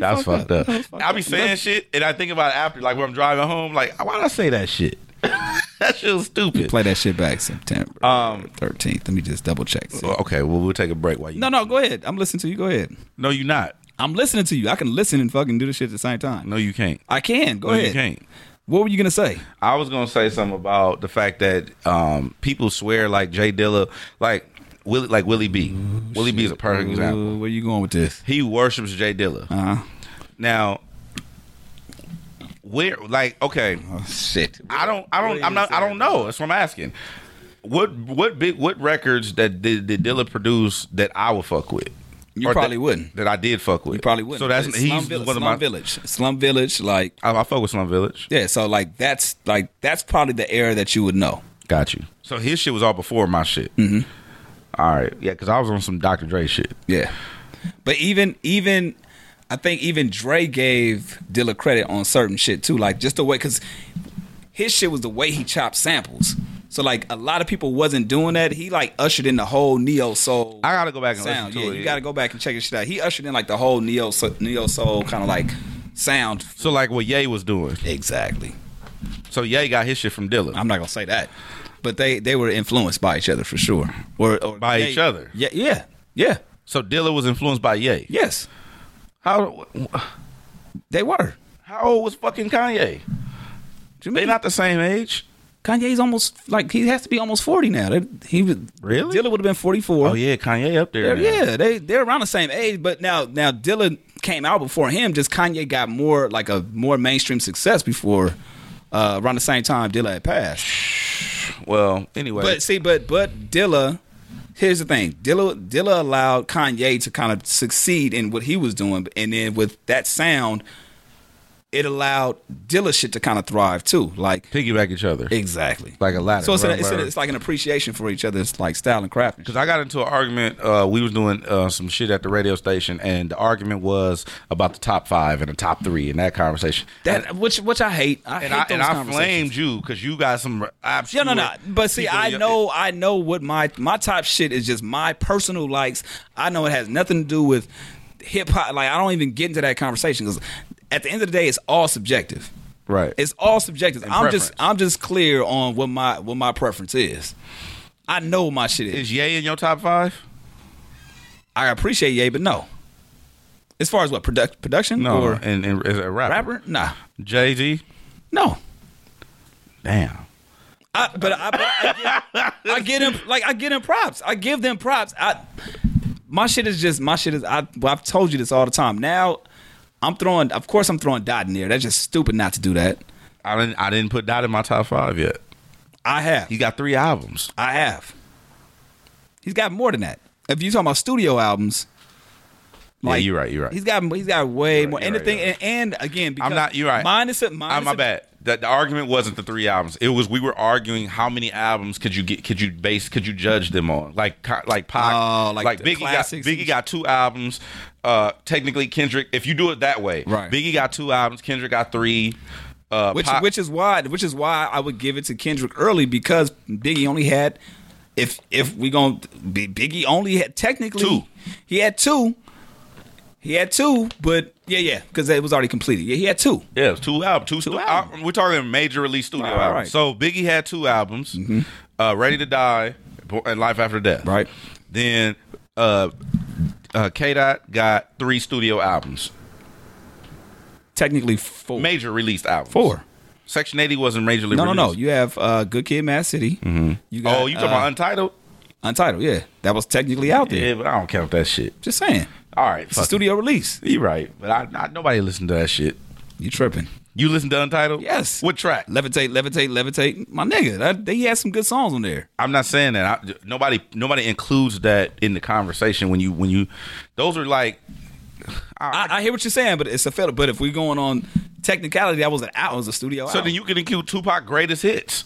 [SPEAKER 3] That was
[SPEAKER 2] fucked
[SPEAKER 3] fucked
[SPEAKER 2] up.
[SPEAKER 3] up.
[SPEAKER 2] That was fucked
[SPEAKER 3] I be
[SPEAKER 2] up.
[SPEAKER 3] saying shit, and I think about it after, like when I'm driving home. Like, why would I say that shit? that shit was stupid.
[SPEAKER 2] Play that shit back September
[SPEAKER 3] Um,
[SPEAKER 2] 13th. Let me just double check.
[SPEAKER 3] Well, okay, well we'll take a break while you.
[SPEAKER 2] No, no, go ahead. I'm listening to you. Go ahead.
[SPEAKER 3] no, you not.
[SPEAKER 2] I'm listening to you. I can listen and fucking do the shit at the same time.
[SPEAKER 3] No, you can't.
[SPEAKER 2] I can. Go
[SPEAKER 3] no,
[SPEAKER 2] ahead.
[SPEAKER 3] you can't.
[SPEAKER 2] What were you gonna say?
[SPEAKER 3] I was gonna say something about the fact that um, people swear like Jay Dilla, like Willie, like Willie B. Willie B is a perfect example.
[SPEAKER 2] Uh, where you going with this?
[SPEAKER 3] He worships Jay Dilla.
[SPEAKER 2] Uh-huh.
[SPEAKER 3] Now, where like okay,
[SPEAKER 2] Shit.
[SPEAKER 3] Oh, I don't. I don't. I'm not. I don't know. That's what I'm asking. What what big what records that did, did Dilla produce that I would fuck with?
[SPEAKER 2] You
[SPEAKER 3] Or
[SPEAKER 2] probably
[SPEAKER 3] that,
[SPEAKER 2] wouldn't.
[SPEAKER 3] That I did fuck with.
[SPEAKER 2] You probably wouldn't.
[SPEAKER 3] So that's
[SPEAKER 2] But
[SPEAKER 3] he's
[SPEAKER 2] Slum Village,
[SPEAKER 3] one of
[SPEAKER 2] Slum
[SPEAKER 3] my.
[SPEAKER 2] Village. Slum Village, like
[SPEAKER 3] I, I fuck with Slum Village.
[SPEAKER 2] yeah. So like that's like that's probably the era that you Mm-hmm. would know.
[SPEAKER 3] Got you. So his shit was all before my shit. All right. Yeah, because I was on some Dr. Dre shit.
[SPEAKER 2] Yeah. But even even I think even Dre gave Dilla credit on certain shit too. Like just the way because his shit was the way he chopped samples. So like a lot of people wasn't doing that. He like ushered in the whole neo soul.
[SPEAKER 3] I gotta go back and
[SPEAKER 2] sound.
[SPEAKER 3] listen to
[SPEAKER 2] yeah,
[SPEAKER 3] it.
[SPEAKER 2] you got to go back and check his shit out. He ushered in like the whole neo so- neo soul kind of like sound.
[SPEAKER 3] So like what Ye was doing.
[SPEAKER 2] Exactly.
[SPEAKER 3] So Ye got his shit from Dilla.
[SPEAKER 2] I'm not gonna say that, but they they were influenced by each other for sure. Or, or
[SPEAKER 3] By
[SPEAKER 2] they-
[SPEAKER 3] each other?
[SPEAKER 2] Yeah, yeah, yeah.
[SPEAKER 3] so Dilla was influenced by Ye.
[SPEAKER 2] Yes,
[SPEAKER 3] How
[SPEAKER 2] they were.
[SPEAKER 3] how old was fucking Kanye?
[SPEAKER 2] Do you
[SPEAKER 3] They
[SPEAKER 2] mean?
[SPEAKER 3] not the same age.
[SPEAKER 2] Kanye's almost like he has to be almost forty now. They, he was
[SPEAKER 3] Really?
[SPEAKER 2] Dilla would have been forty four.
[SPEAKER 3] Oh yeah, Kanye up there. now.
[SPEAKER 2] yeah, they they're around the same age. But now now Dilla came out before him. Just Kanye got more like a more mainstream success before uh, around the same time Dilla had passed.
[SPEAKER 3] Well, anyway.
[SPEAKER 2] But see, but but Dilla, here's the thing: Dilla Dilla allowed Kanye to kind of succeed in what he was doing, and then with that sound, it allowed dealer shit to kind of thrive too. Like
[SPEAKER 3] piggyback each other.
[SPEAKER 2] exactly,
[SPEAKER 3] Like a ladder,
[SPEAKER 2] So it's, an,
[SPEAKER 3] right,
[SPEAKER 2] it's, an,
[SPEAKER 3] right.
[SPEAKER 2] it's like an appreciation for each other's like style and craft. and shit.
[SPEAKER 3] Because I got into an argument. Uh, we was doing uh, some shit at the radio station, and the argument was about the top five and the top three and that conversation.
[SPEAKER 2] That which which I hate. I
[SPEAKER 3] and
[SPEAKER 2] hate
[SPEAKER 3] I,
[SPEAKER 2] those
[SPEAKER 3] and I
[SPEAKER 2] conversations.
[SPEAKER 3] flamed you because you got some.
[SPEAKER 2] Yeah,
[SPEAKER 3] Obscure
[SPEAKER 2] no, no. But see,
[SPEAKER 3] people in
[SPEAKER 2] I
[SPEAKER 3] your-
[SPEAKER 2] know, I know what my my top shit is. Just my personal likes. I know it has nothing to do with hip hop. Like I don't even get into that conversation because at the end of the day, it's all subjective.
[SPEAKER 3] Right.
[SPEAKER 2] It's all subjective.
[SPEAKER 3] And
[SPEAKER 2] I'm
[SPEAKER 3] preference.
[SPEAKER 2] just I'm just clear on what my what my preference is. I know what my shit is.
[SPEAKER 3] Is Ye in your top five?
[SPEAKER 2] I appreciate Ye, but no. As far as what product production
[SPEAKER 3] No,
[SPEAKER 2] or
[SPEAKER 3] and, and is it a rapper?
[SPEAKER 2] rapper, nah,
[SPEAKER 3] Jay Z.
[SPEAKER 2] no.
[SPEAKER 3] Damn.
[SPEAKER 2] I, but I, but I, give, I get him like I get him props. I give them props. I my shit is just my shit is. I, well, I've told you this all the time. Now I'm throwing. Of course, I'm throwing dot in there. That's just stupid not to do that.
[SPEAKER 3] I didn't. I didn't put Dot in my top five yet.
[SPEAKER 2] I have.
[SPEAKER 3] He got three albums.
[SPEAKER 2] I have. He's got more than that. If you talking about studio albums,
[SPEAKER 3] yeah, you're right. You're right.
[SPEAKER 2] He's got he's got way
[SPEAKER 3] You're right,
[SPEAKER 2] more.
[SPEAKER 3] you're
[SPEAKER 2] And the
[SPEAKER 3] right,
[SPEAKER 2] thing,
[SPEAKER 3] you're
[SPEAKER 2] and, and again, because
[SPEAKER 3] I'm not. You're right.
[SPEAKER 2] Mine is a- mine
[SPEAKER 3] Ah,
[SPEAKER 2] is
[SPEAKER 3] my
[SPEAKER 2] a-
[SPEAKER 3] bad. The, the argument wasn't the three albums. It was we were arguing how many albums could you get? Could you base? Could you judge them on? Like co- like Pac,
[SPEAKER 2] Oh, like the
[SPEAKER 3] Biggie got
[SPEAKER 2] classics and
[SPEAKER 3] Biggie got two albums. Uh, technically Kendrick, if you do it that way,
[SPEAKER 2] Right.
[SPEAKER 3] Biggie got two albums. Kendrick got three. Uh,
[SPEAKER 2] which
[SPEAKER 3] Pac-
[SPEAKER 2] which is why which is why I would give it to Kendrick early because Biggie only had if if we going Biggie only had technically
[SPEAKER 3] Two.
[SPEAKER 2] He had two. He had two, but yeah, yeah, because it was already completed. Yeah, he had two.
[SPEAKER 3] yeah, it was two albums. Two, stu-
[SPEAKER 2] albums.
[SPEAKER 3] al- we're talking major release studio
[SPEAKER 2] Right,
[SPEAKER 3] albums.
[SPEAKER 2] right. Mm-hmm.
[SPEAKER 3] So Biggie had two albums, uh, Ready to Die Bo- and Life After Death.
[SPEAKER 2] Right.
[SPEAKER 3] Then uh, uh, K Dot got three studio albums.
[SPEAKER 2] Technically four.
[SPEAKER 3] major released albums.
[SPEAKER 2] Four.
[SPEAKER 3] Section 80 wasn't majorly
[SPEAKER 2] No, no,
[SPEAKER 3] released.
[SPEAKER 2] no. You have uh, Good Kid, Mad City. You got
[SPEAKER 3] oh, you talking
[SPEAKER 2] uh,
[SPEAKER 3] about Untitled?
[SPEAKER 2] Untitled? Yeah, that was technically out there.
[SPEAKER 3] Yeah, but I don't count that shit.
[SPEAKER 2] Just saying,
[SPEAKER 3] All right,
[SPEAKER 2] it's a
[SPEAKER 3] fuck
[SPEAKER 2] studio release.
[SPEAKER 3] it. You right, but I, I nobody listened to that shit.
[SPEAKER 2] You tripping?
[SPEAKER 3] You listen to Untitled?
[SPEAKER 2] Yes.
[SPEAKER 3] What track?
[SPEAKER 2] Levitate, levitate, levitate. My nigga, that, they, he had some good songs on there.
[SPEAKER 3] I'm not saying that. I, nobody nobody includes that in the conversation when you when you those are like
[SPEAKER 2] I, I hear what you're saying, but it's a fail. But if we're going on technicality, that was an out. It was a studio.
[SPEAKER 3] so
[SPEAKER 2] album.
[SPEAKER 3] then you can include Tupac greatest hits.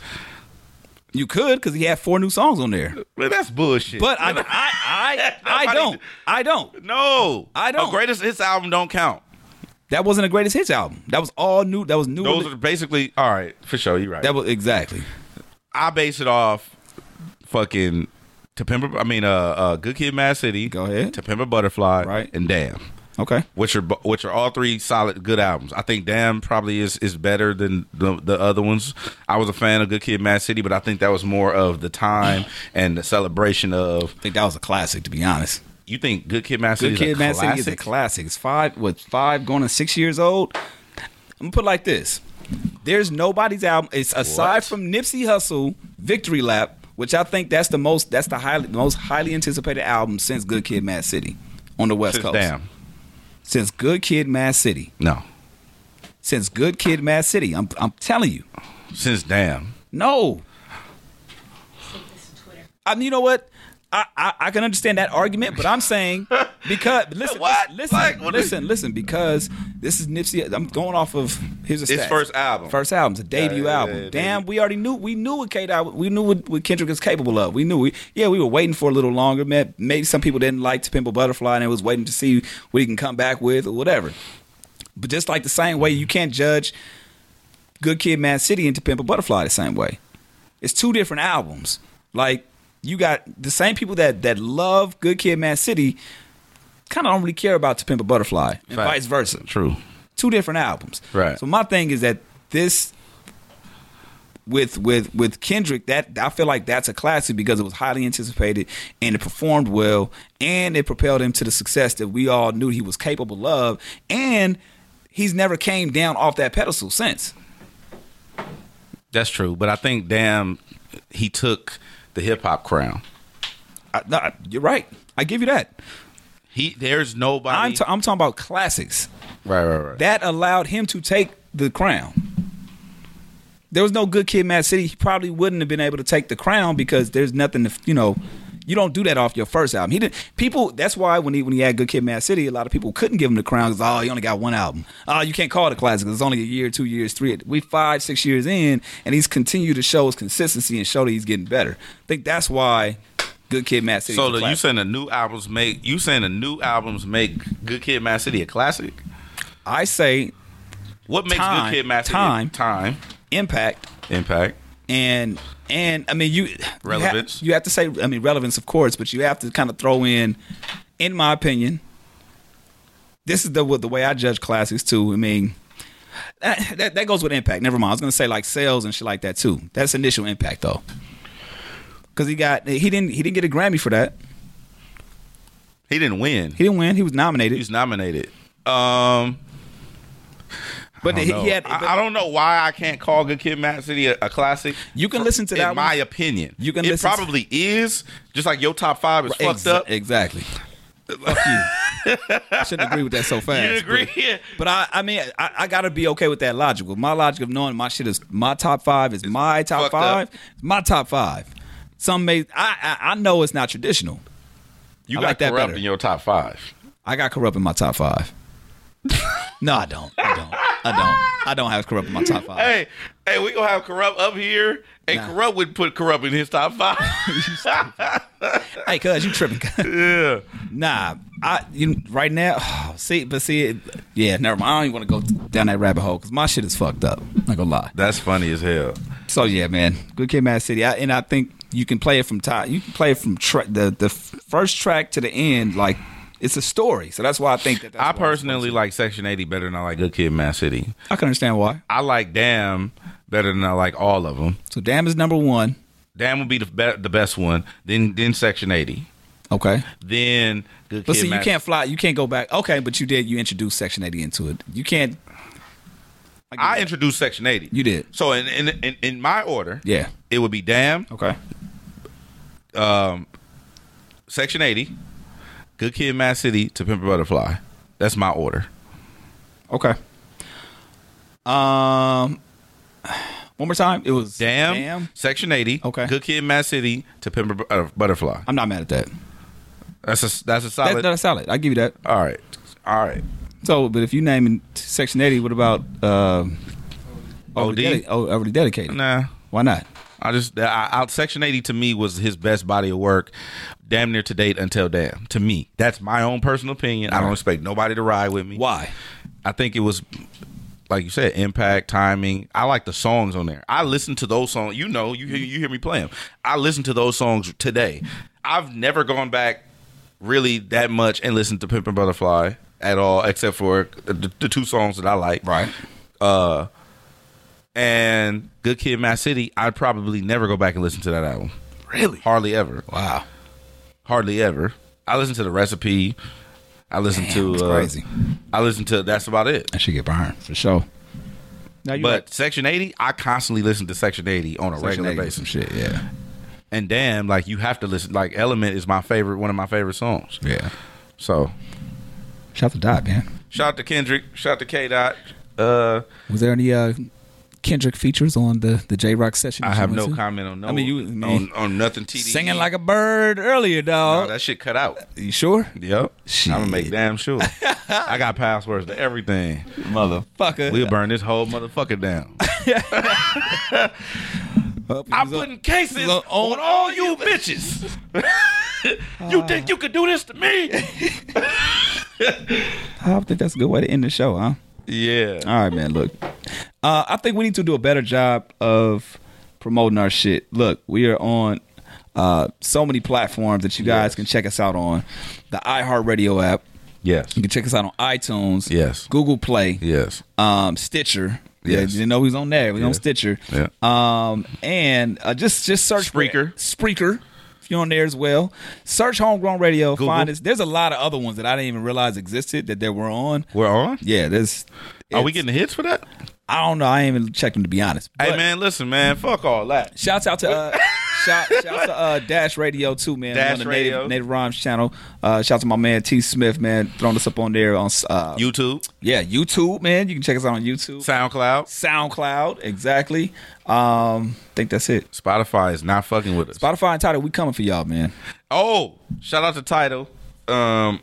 [SPEAKER 2] you could because he had four new songs on there.
[SPEAKER 3] Man, that's bullshit.
[SPEAKER 2] But I, I, I, I
[SPEAKER 3] Nobody-
[SPEAKER 2] don't. I don't.
[SPEAKER 3] no,
[SPEAKER 2] I don't.
[SPEAKER 3] A greatest hits album don't count.
[SPEAKER 2] That wasn't a greatest hits album. That was all new. That was new.
[SPEAKER 3] Those are basically all right for sure. You right.
[SPEAKER 2] that was exactly.
[SPEAKER 3] I base it off fucking to Pimper. I mean, uh, uh, Good Kid, Mad City.
[SPEAKER 2] Go ahead.
[SPEAKER 3] To Pimper Butterfly.
[SPEAKER 2] Right.
[SPEAKER 3] And Damn,
[SPEAKER 2] Okay.
[SPEAKER 3] which are bo- which are all three solid good albums. I think Damn probably is is better than the the other ones. I was a fan of Good Kid, Mad City, but I think that was more of the time and the celebration of.
[SPEAKER 2] I think that was a classic, to be honest.
[SPEAKER 3] You think Good Kid, Mad
[SPEAKER 2] Good
[SPEAKER 3] City? is a
[SPEAKER 2] Kid, Mad City is a
[SPEAKER 3] classic?
[SPEAKER 2] classic. It's five, what five going to six years old. I'm gonna put it like this: There's nobody's album. It's aside
[SPEAKER 3] What?
[SPEAKER 2] from Nipsey Hussle, Victory Lap, which I think that's the most that's the highly most highly anticipated album since Good Kid, Mad City on the West
[SPEAKER 3] Since
[SPEAKER 2] Coast.
[SPEAKER 3] Damn.
[SPEAKER 2] Since Good Kid, Mad City.
[SPEAKER 3] No.
[SPEAKER 2] Since Good Kid, Mad City. I'm I'm telling you,
[SPEAKER 3] Since Damn.
[SPEAKER 2] no.
[SPEAKER 4] Take this to Twitter.
[SPEAKER 2] I mean, you know what? I, I, I can understand that argument, but I'm saying because listen,
[SPEAKER 3] What?
[SPEAKER 2] listen,
[SPEAKER 3] Like,
[SPEAKER 2] listen,
[SPEAKER 3] what
[SPEAKER 2] listen, listen, because this is Nipsey. I'm going off of his
[SPEAKER 3] His first album.
[SPEAKER 2] first album, it's a debut
[SPEAKER 3] yeah, yeah,
[SPEAKER 2] album.
[SPEAKER 3] yeah,
[SPEAKER 2] Damn,
[SPEAKER 3] debut.
[SPEAKER 2] we already knew we knew what K Dot we knew what, what Kendrick was capable of. We knew we yeah we were waiting for a little longer. Man, maybe some people didn't like to Pimple Butterfly and they was waiting to see what he can come back with or whatever. But just like the same way you can't judge Good Kid, Mad City and To Pimp a Butterfly the same way. It's two different albums. Like you got the same people that that love Good Kid, Mad City, kind of don't really care about To Pimp a Butterfly, and
[SPEAKER 3] Fact.
[SPEAKER 2] vice versa.
[SPEAKER 3] True.
[SPEAKER 2] Two different albums.
[SPEAKER 3] Right.
[SPEAKER 2] So my thing is that this. With with with Kendrick, that I feel like that's a classic because it was highly anticipated and it performed well and it propelled him to the success that we all knew he was capable of and he's never came down off that pedestal since.
[SPEAKER 3] That's true. But I think Damn, he took the hip hop crown.
[SPEAKER 2] I, no, I- you're right. I give you that.
[SPEAKER 3] He there's nobody.
[SPEAKER 2] I'm, t- I'm talking about classics.
[SPEAKER 3] right, right, right.
[SPEAKER 2] That allowed him to take the crown. There was no good kid, Mad City. He probably wouldn't have been able to take the crown because there's nothing to, f- you know, You don't do that off your first album. He did people. That's why when he when he had Good Kid, Mad City, a lot of people couldn't give him the crown because oh, he only got one album. Oh, you can't call it a classic. 'cause It's only a year, two years, three. We five, six years in, and he's continued to show his consistency and show that he's getting better. I think that's why Good Kid, Mad City.
[SPEAKER 3] So the, you saying the new albums make you saying the new albums make Good Kid, Mad City a classic?
[SPEAKER 2] I say
[SPEAKER 3] What makes
[SPEAKER 2] Time.
[SPEAKER 3] Good Kid, Mad City
[SPEAKER 2] Time.
[SPEAKER 3] time
[SPEAKER 2] impact
[SPEAKER 3] impact?
[SPEAKER 2] and and I mean you you ha-
[SPEAKER 3] Relevance.
[SPEAKER 2] You, have to say I mean relevance, of course, but you have to kind of throw in, in my opinion. This is the the way I judge classics too. I mean, that, that that goes with impact. Never mind. I was gonna say like sales and shit like that too. That's initial impact though, because he got he didn't he didn't get a Grammy for that.
[SPEAKER 3] He didn't win.
[SPEAKER 2] He didn't win. He was nominated,
[SPEAKER 3] He's nominated. Um,
[SPEAKER 2] but
[SPEAKER 3] I
[SPEAKER 2] he,
[SPEAKER 3] don't
[SPEAKER 2] he
[SPEAKER 3] know.
[SPEAKER 2] had.
[SPEAKER 3] I, I don't know why I can't call Good Kid, Mad City a, a classic.
[SPEAKER 2] You can listen to
[SPEAKER 3] in
[SPEAKER 2] that one.
[SPEAKER 3] my opinion.
[SPEAKER 2] You can
[SPEAKER 3] It
[SPEAKER 2] listen to-
[SPEAKER 3] probably is just like your top five is
[SPEAKER 2] Exa-
[SPEAKER 3] fucked up.
[SPEAKER 2] Exactly. Fuck you. I shouldn't agree with that so fast.
[SPEAKER 3] You agree?
[SPEAKER 2] But, but I, I mean, I, I gotta be okay with that logic. With my logic of knowing my shit is my top five is my top
[SPEAKER 3] fucked up.
[SPEAKER 2] five, it's my top five. Some may I, I I know it's not traditional.
[SPEAKER 3] You
[SPEAKER 2] I
[SPEAKER 3] got
[SPEAKER 2] like that
[SPEAKER 3] corrupt
[SPEAKER 2] better.
[SPEAKER 3] in your top five.
[SPEAKER 2] I got corrupt in my top five. no, I don't. I don't. I don't. I don't have corrupt in my top five.
[SPEAKER 3] Hey, hey, we gonna have corrupt up here, and
[SPEAKER 2] Nah.
[SPEAKER 3] corrupt would put corrupt in his top five.
[SPEAKER 2] Hey, cuz you tripping?
[SPEAKER 3] yeah.
[SPEAKER 2] nah, I you right now. see, but see, it, yeah, never mind. I don't even want to go down that rabbit hole because my shit is fucked up. Not gonna lie.
[SPEAKER 3] That's funny as hell.
[SPEAKER 2] So yeah, man, Good Kid, Mad City, I, and I think you can play it from top. You can play it from tra- the the f- first track to the end, like it's a story. So that's why I think that. That's
[SPEAKER 3] I
[SPEAKER 2] why it's-
[SPEAKER 3] personally like Section 80 better than I like Good Kid, Mad City.
[SPEAKER 2] I can understand why.
[SPEAKER 3] I like Damn better than I like all of them.
[SPEAKER 2] So Damn is number one.
[SPEAKER 3] Damn would be the be- the best one. Then then Section 80.
[SPEAKER 2] Okay,
[SPEAKER 3] Then Good
[SPEAKER 2] but
[SPEAKER 3] Kid,
[SPEAKER 2] see, you
[SPEAKER 3] Mad-
[SPEAKER 2] can't fly. You can't go back. Okay, but you did. You introduced Section Eighty into it. You can't. give
[SPEAKER 3] I
[SPEAKER 2] you-
[SPEAKER 3] introduced Section 80.
[SPEAKER 2] You did.
[SPEAKER 3] So in in in, in my order,
[SPEAKER 2] Yeah.
[SPEAKER 3] it would be Damn,
[SPEAKER 2] Okay.
[SPEAKER 3] um, Section 80, Good Kid, Mad City to Pimp a Butterfly. That's my order.
[SPEAKER 2] Okay. Um. One more time. It was
[SPEAKER 3] Damn,
[SPEAKER 2] Damn.
[SPEAKER 3] Section 80,
[SPEAKER 2] Okay.
[SPEAKER 3] Good Kid, Mad City to Pimp a Bu- uh, Butterfly.
[SPEAKER 2] I'm not mad at that.
[SPEAKER 3] That's a that's a
[SPEAKER 2] That-
[SPEAKER 3] solid.
[SPEAKER 2] that's solid. I give you that.
[SPEAKER 3] all right, all right.
[SPEAKER 2] So, but if you name in Section 80, what about uh,
[SPEAKER 3] OD?
[SPEAKER 2] Dedi- oh, already dedicated?
[SPEAKER 3] Nah,
[SPEAKER 2] Why not?
[SPEAKER 3] I just that- I, I, Section 80 to me was his best body of work, damn near to date until damn. To me, that's my own personal opinion. I don't expect nobody to ride with me.
[SPEAKER 2] Why?
[SPEAKER 3] I think it was like you said, impact, timing. I like the songs on there. I listen to those songs. You know, you hear- you hear me play them. I listen to those songs today. I've never gone back really that much and listened to Pimpin' Butterfly at all, except for the, the two songs that I like. Uh, and Good Kid, Mad City. I'd probably never go back and listen to that album.
[SPEAKER 2] Really?
[SPEAKER 3] Hardly ever.
[SPEAKER 2] Wow.
[SPEAKER 3] Hardly ever. I listen to the recipe. I listen
[SPEAKER 2] Damn,
[SPEAKER 3] to
[SPEAKER 2] that's
[SPEAKER 3] uh,
[SPEAKER 2] crazy.
[SPEAKER 3] I listen to that's about it.
[SPEAKER 2] I should get behind for sure. Now you
[SPEAKER 3] But Section 80, I constantly listen to Section 80 on a regular
[SPEAKER 2] some
[SPEAKER 3] basis.
[SPEAKER 2] shit. Yeah,
[SPEAKER 3] And damn, like you have to listen. Like Element is my favorite, one of my favorite songs.
[SPEAKER 2] yeah.
[SPEAKER 3] So
[SPEAKER 2] Shout out to Dot, man.
[SPEAKER 3] shout out to Kendrick, shout out to K Dot. Uh,
[SPEAKER 2] Was there any uh, Kendrick features on the the J Rock session?
[SPEAKER 3] I
[SPEAKER 2] that you
[SPEAKER 3] have
[SPEAKER 2] went
[SPEAKER 3] no
[SPEAKER 2] to?
[SPEAKER 3] comment on no.
[SPEAKER 2] I mean, you- I mean,
[SPEAKER 3] on, on nothing. TD
[SPEAKER 2] Singing like a bird earlier, dog.
[SPEAKER 3] that shit cut out.
[SPEAKER 2] you sure,
[SPEAKER 3] Yep, I'm gonna make
[SPEAKER 2] Shit.
[SPEAKER 3] damn sure. I got passwords to everything.
[SPEAKER 2] fucker?
[SPEAKER 3] We'll burn this whole motherfucker down. I'm putting cases
[SPEAKER 2] on-
[SPEAKER 3] on, all you bitches. you think you could do this to me?
[SPEAKER 2] I think that's a good way to end the show, huh?
[SPEAKER 3] Yeah.
[SPEAKER 2] All right, man. Look, uh, I think we need to do a better job of promoting our shit. Look, we are on uh, so many platforms that you guys
[SPEAKER 3] Yes.
[SPEAKER 2] can check us out on the iHeartRadio app.
[SPEAKER 3] Yes.
[SPEAKER 2] You can check us out on iTunes,
[SPEAKER 3] Yes.
[SPEAKER 2] Google Play,
[SPEAKER 3] Yes.
[SPEAKER 2] um, Stitcher.
[SPEAKER 3] Yes.
[SPEAKER 2] Yeah, you know he's on there. We on
[SPEAKER 3] Yes.
[SPEAKER 2] Stitcher.
[SPEAKER 3] Yeah.
[SPEAKER 2] Um, and uh, just just search for-
[SPEAKER 3] Spreaker.
[SPEAKER 2] Spreaker. If you're on there as well, search Homegrown Radio. Find us. There's a lot of other ones that I didn't even realize existed that they were on.
[SPEAKER 3] We're on.
[SPEAKER 2] Yeah, there's.
[SPEAKER 3] Are we
[SPEAKER 2] it's-
[SPEAKER 3] getting hits for that?
[SPEAKER 2] I don't know. I ain't even checked them to be honest.
[SPEAKER 3] Hey
[SPEAKER 2] But
[SPEAKER 3] man, listen, man. Fuck all that.
[SPEAKER 2] Shouts out to uh, shout, shouts to uh, Dash Radio too, man.
[SPEAKER 3] Dash
[SPEAKER 2] on the
[SPEAKER 3] Radio.
[SPEAKER 2] Native, Native Rhymes channel. Uh, shout out to my man T Smith, man, throwing us up on there on uh,
[SPEAKER 3] YouTube,
[SPEAKER 2] yeah YouTube, man. You can check us out on YouTube,
[SPEAKER 3] SoundCloud,
[SPEAKER 2] SoundCloud, exactly. Um, I think that's it.
[SPEAKER 3] Spotify is not fucking with us.
[SPEAKER 2] Spotify and Tidal, we coming for y'all, man.
[SPEAKER 3] Oh, shout out to Title. Um,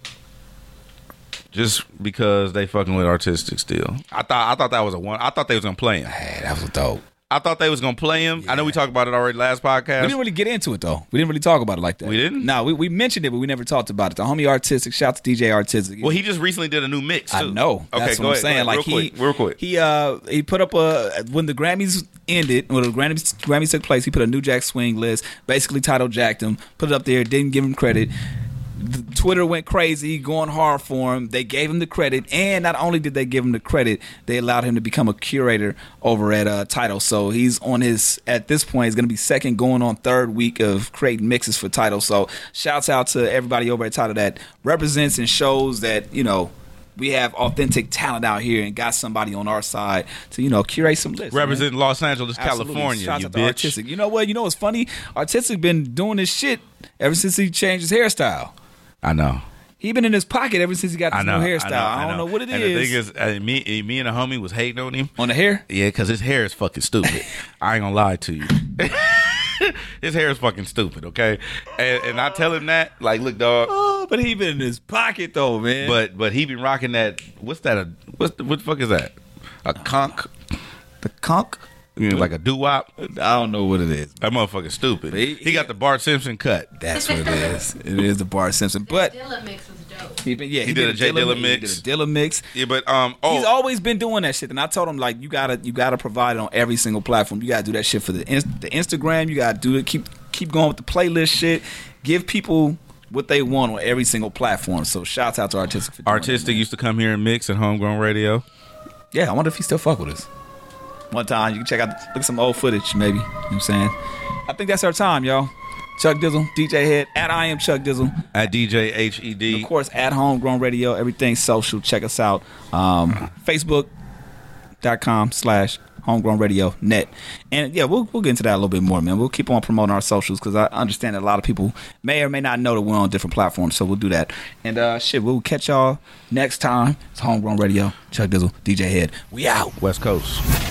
[SPEAKER 3] just because they fucking with artistic still. I thought I thought that was a one. I thought they was gonna play him.
[SPEAKER 2] Hey, that was dope.
[SPEAKER 3] I thought they was gonna play him. I know we talked about it already last podcast.
[SPEAKER 2] We didn't really get into it though. We didn't really talk about it like that.
[SPEAKER 3] We didn't?
[SPEAKER 2] No, we, we mentioned it, but we never talked about it. The homie artistic, shout out to DJ artistic.
[SPEAKER 3] well, he just recently did a new mix. Too.
[SPEAKER 2] I know.
[SPEAKER 3] Okay,
[SPEAKER 2] That's
[SPEAKER 3] go
[SPEAKER 2] what
[SPEAKER 3] ahead,
[SPEAKER 2] I'm saying.
[SPEAKER 3] go
[SPEAKER 2] like
[SPEAKER 3] ahead, real
[SPEAKER 2] he,
[SPEAKER 3] quick, real quick.
[SPEAKER 2] He uh he put up a when the Grammys ended, when the Grammys Grammys took place, he put a new Jack Swing list, basically title jacked him, put it up there, didn't give him credit. The Twitter went crazy, going hard for him. They gave him the credit, and not only did they give him the credit, they allowed him to become a curator over at uh, Title. So he's on his at this point he's going to be second, going on third week of creating mixes for Title. So shouts out to everybody over at Title that represents and shows that you know we have authentic talent out here and got somebody on our side to you know curate some lists. man.
[SPEAKER 3] representing Los Angeles,
[SPEAKER 2] Absolutely.
[SPEAKER 3] California.
[SPEAKER 2] Shouts
[SPEAKER 3] you
[SPEAKER 2] out to
[SPEAKER 3] bitch.
[SPEAKER 2] Artistic. You know what? You know what's funny? Artistic been doing this shit ever since he changed his hairstyle.
[SPEAKER 3] I know.
[SPEAKER 2] He been in his pocket ever since he got
[SPEAKER 3] I
[SPEAKER 2] his
[SPEAKER 3] know.
[SPEAKER 2] new hairstyle. I,
[SPEAKER 3] know,
[SPEAKER 2] don't know. what it is
[SPEAKER 3] and The thing is, uh, me, me and a homie was hating on him.
[SPEAKER 2] on the hair.
[SPEAKER 3] Yeah, because his hair is fucking stupid. I ain't gonna lie to you. his hair is fucking stupid. Okay, and, and I tell him that, like, look, dog.
[SPEAKER 2] Oh, but he been in his pocket though, man.
[SPEAKER 3] But but he been rocking that. What's that? A, what's the, what the fuck is that? A conch,
[SPEAKER 2] the conk,
[SPEAKER 3] you know, like a doo wop.
[SPEAKER 2] I don't know what it is.
[SPEAKER 3] That motherfucker's stupid.
[SPEAKER 2] He-
[SPEAKER 3] He, got the Bart Simpson cut.
[SPEAKER 2] That's what it is. It is the Bart Simpson. But
[SPEAKER 4] Dilla mix was dope.
[SPEAKER 2] he been yeah, he,
[SPEAKER 3] did a J Dilla
[SPEAKER 2] he
[SPEAKER 3] mix.
[SPEAKER 2] did a Dilla mix.
[SPEAKER 3] Yeah, but um, oh,
[SPEAKER 2] He's always been doing that shit, and I told him like you gotta you gotta provide it on every single platform. You gotta do that shit for the inst- the Instagram. You gotta do it. Keep keep going with the playlist shit. Give people what they want on every single platform. So shouts out to artistic. For doing
[SPEAKER 3] artistic used to come here and mix at Homegrown Radio.
[SPEAKER 2] that. Yeah, I wonder if he still fuck with us. One time you can check out look at some old footage maybe. You know what I'm saying. I think that's our time, y'all. Chuck Dizzle, DJ Head at I am Chuck Dizzle.
[SPEAKER 3] At DJ H E
[SPEAKER 2] Of
[SPEAKER 3] D.
[SPEAKER 2] course, at Homegrown Radio, everything social. Check us out. Um, Facebook.com slash Homegrown Radio net. And yeah, we'll, we'll get into that a little bit more, man. We'll keep on promoting our socials because I understand that a lot of people may or may not know that we're on different platforms. So we'll do that. And uh, shit, we'll catch y'all next time. It's Homegrown Radio. Chuck Dizzle, DJ Head. We out.
[SPEAKER 3] West Coast.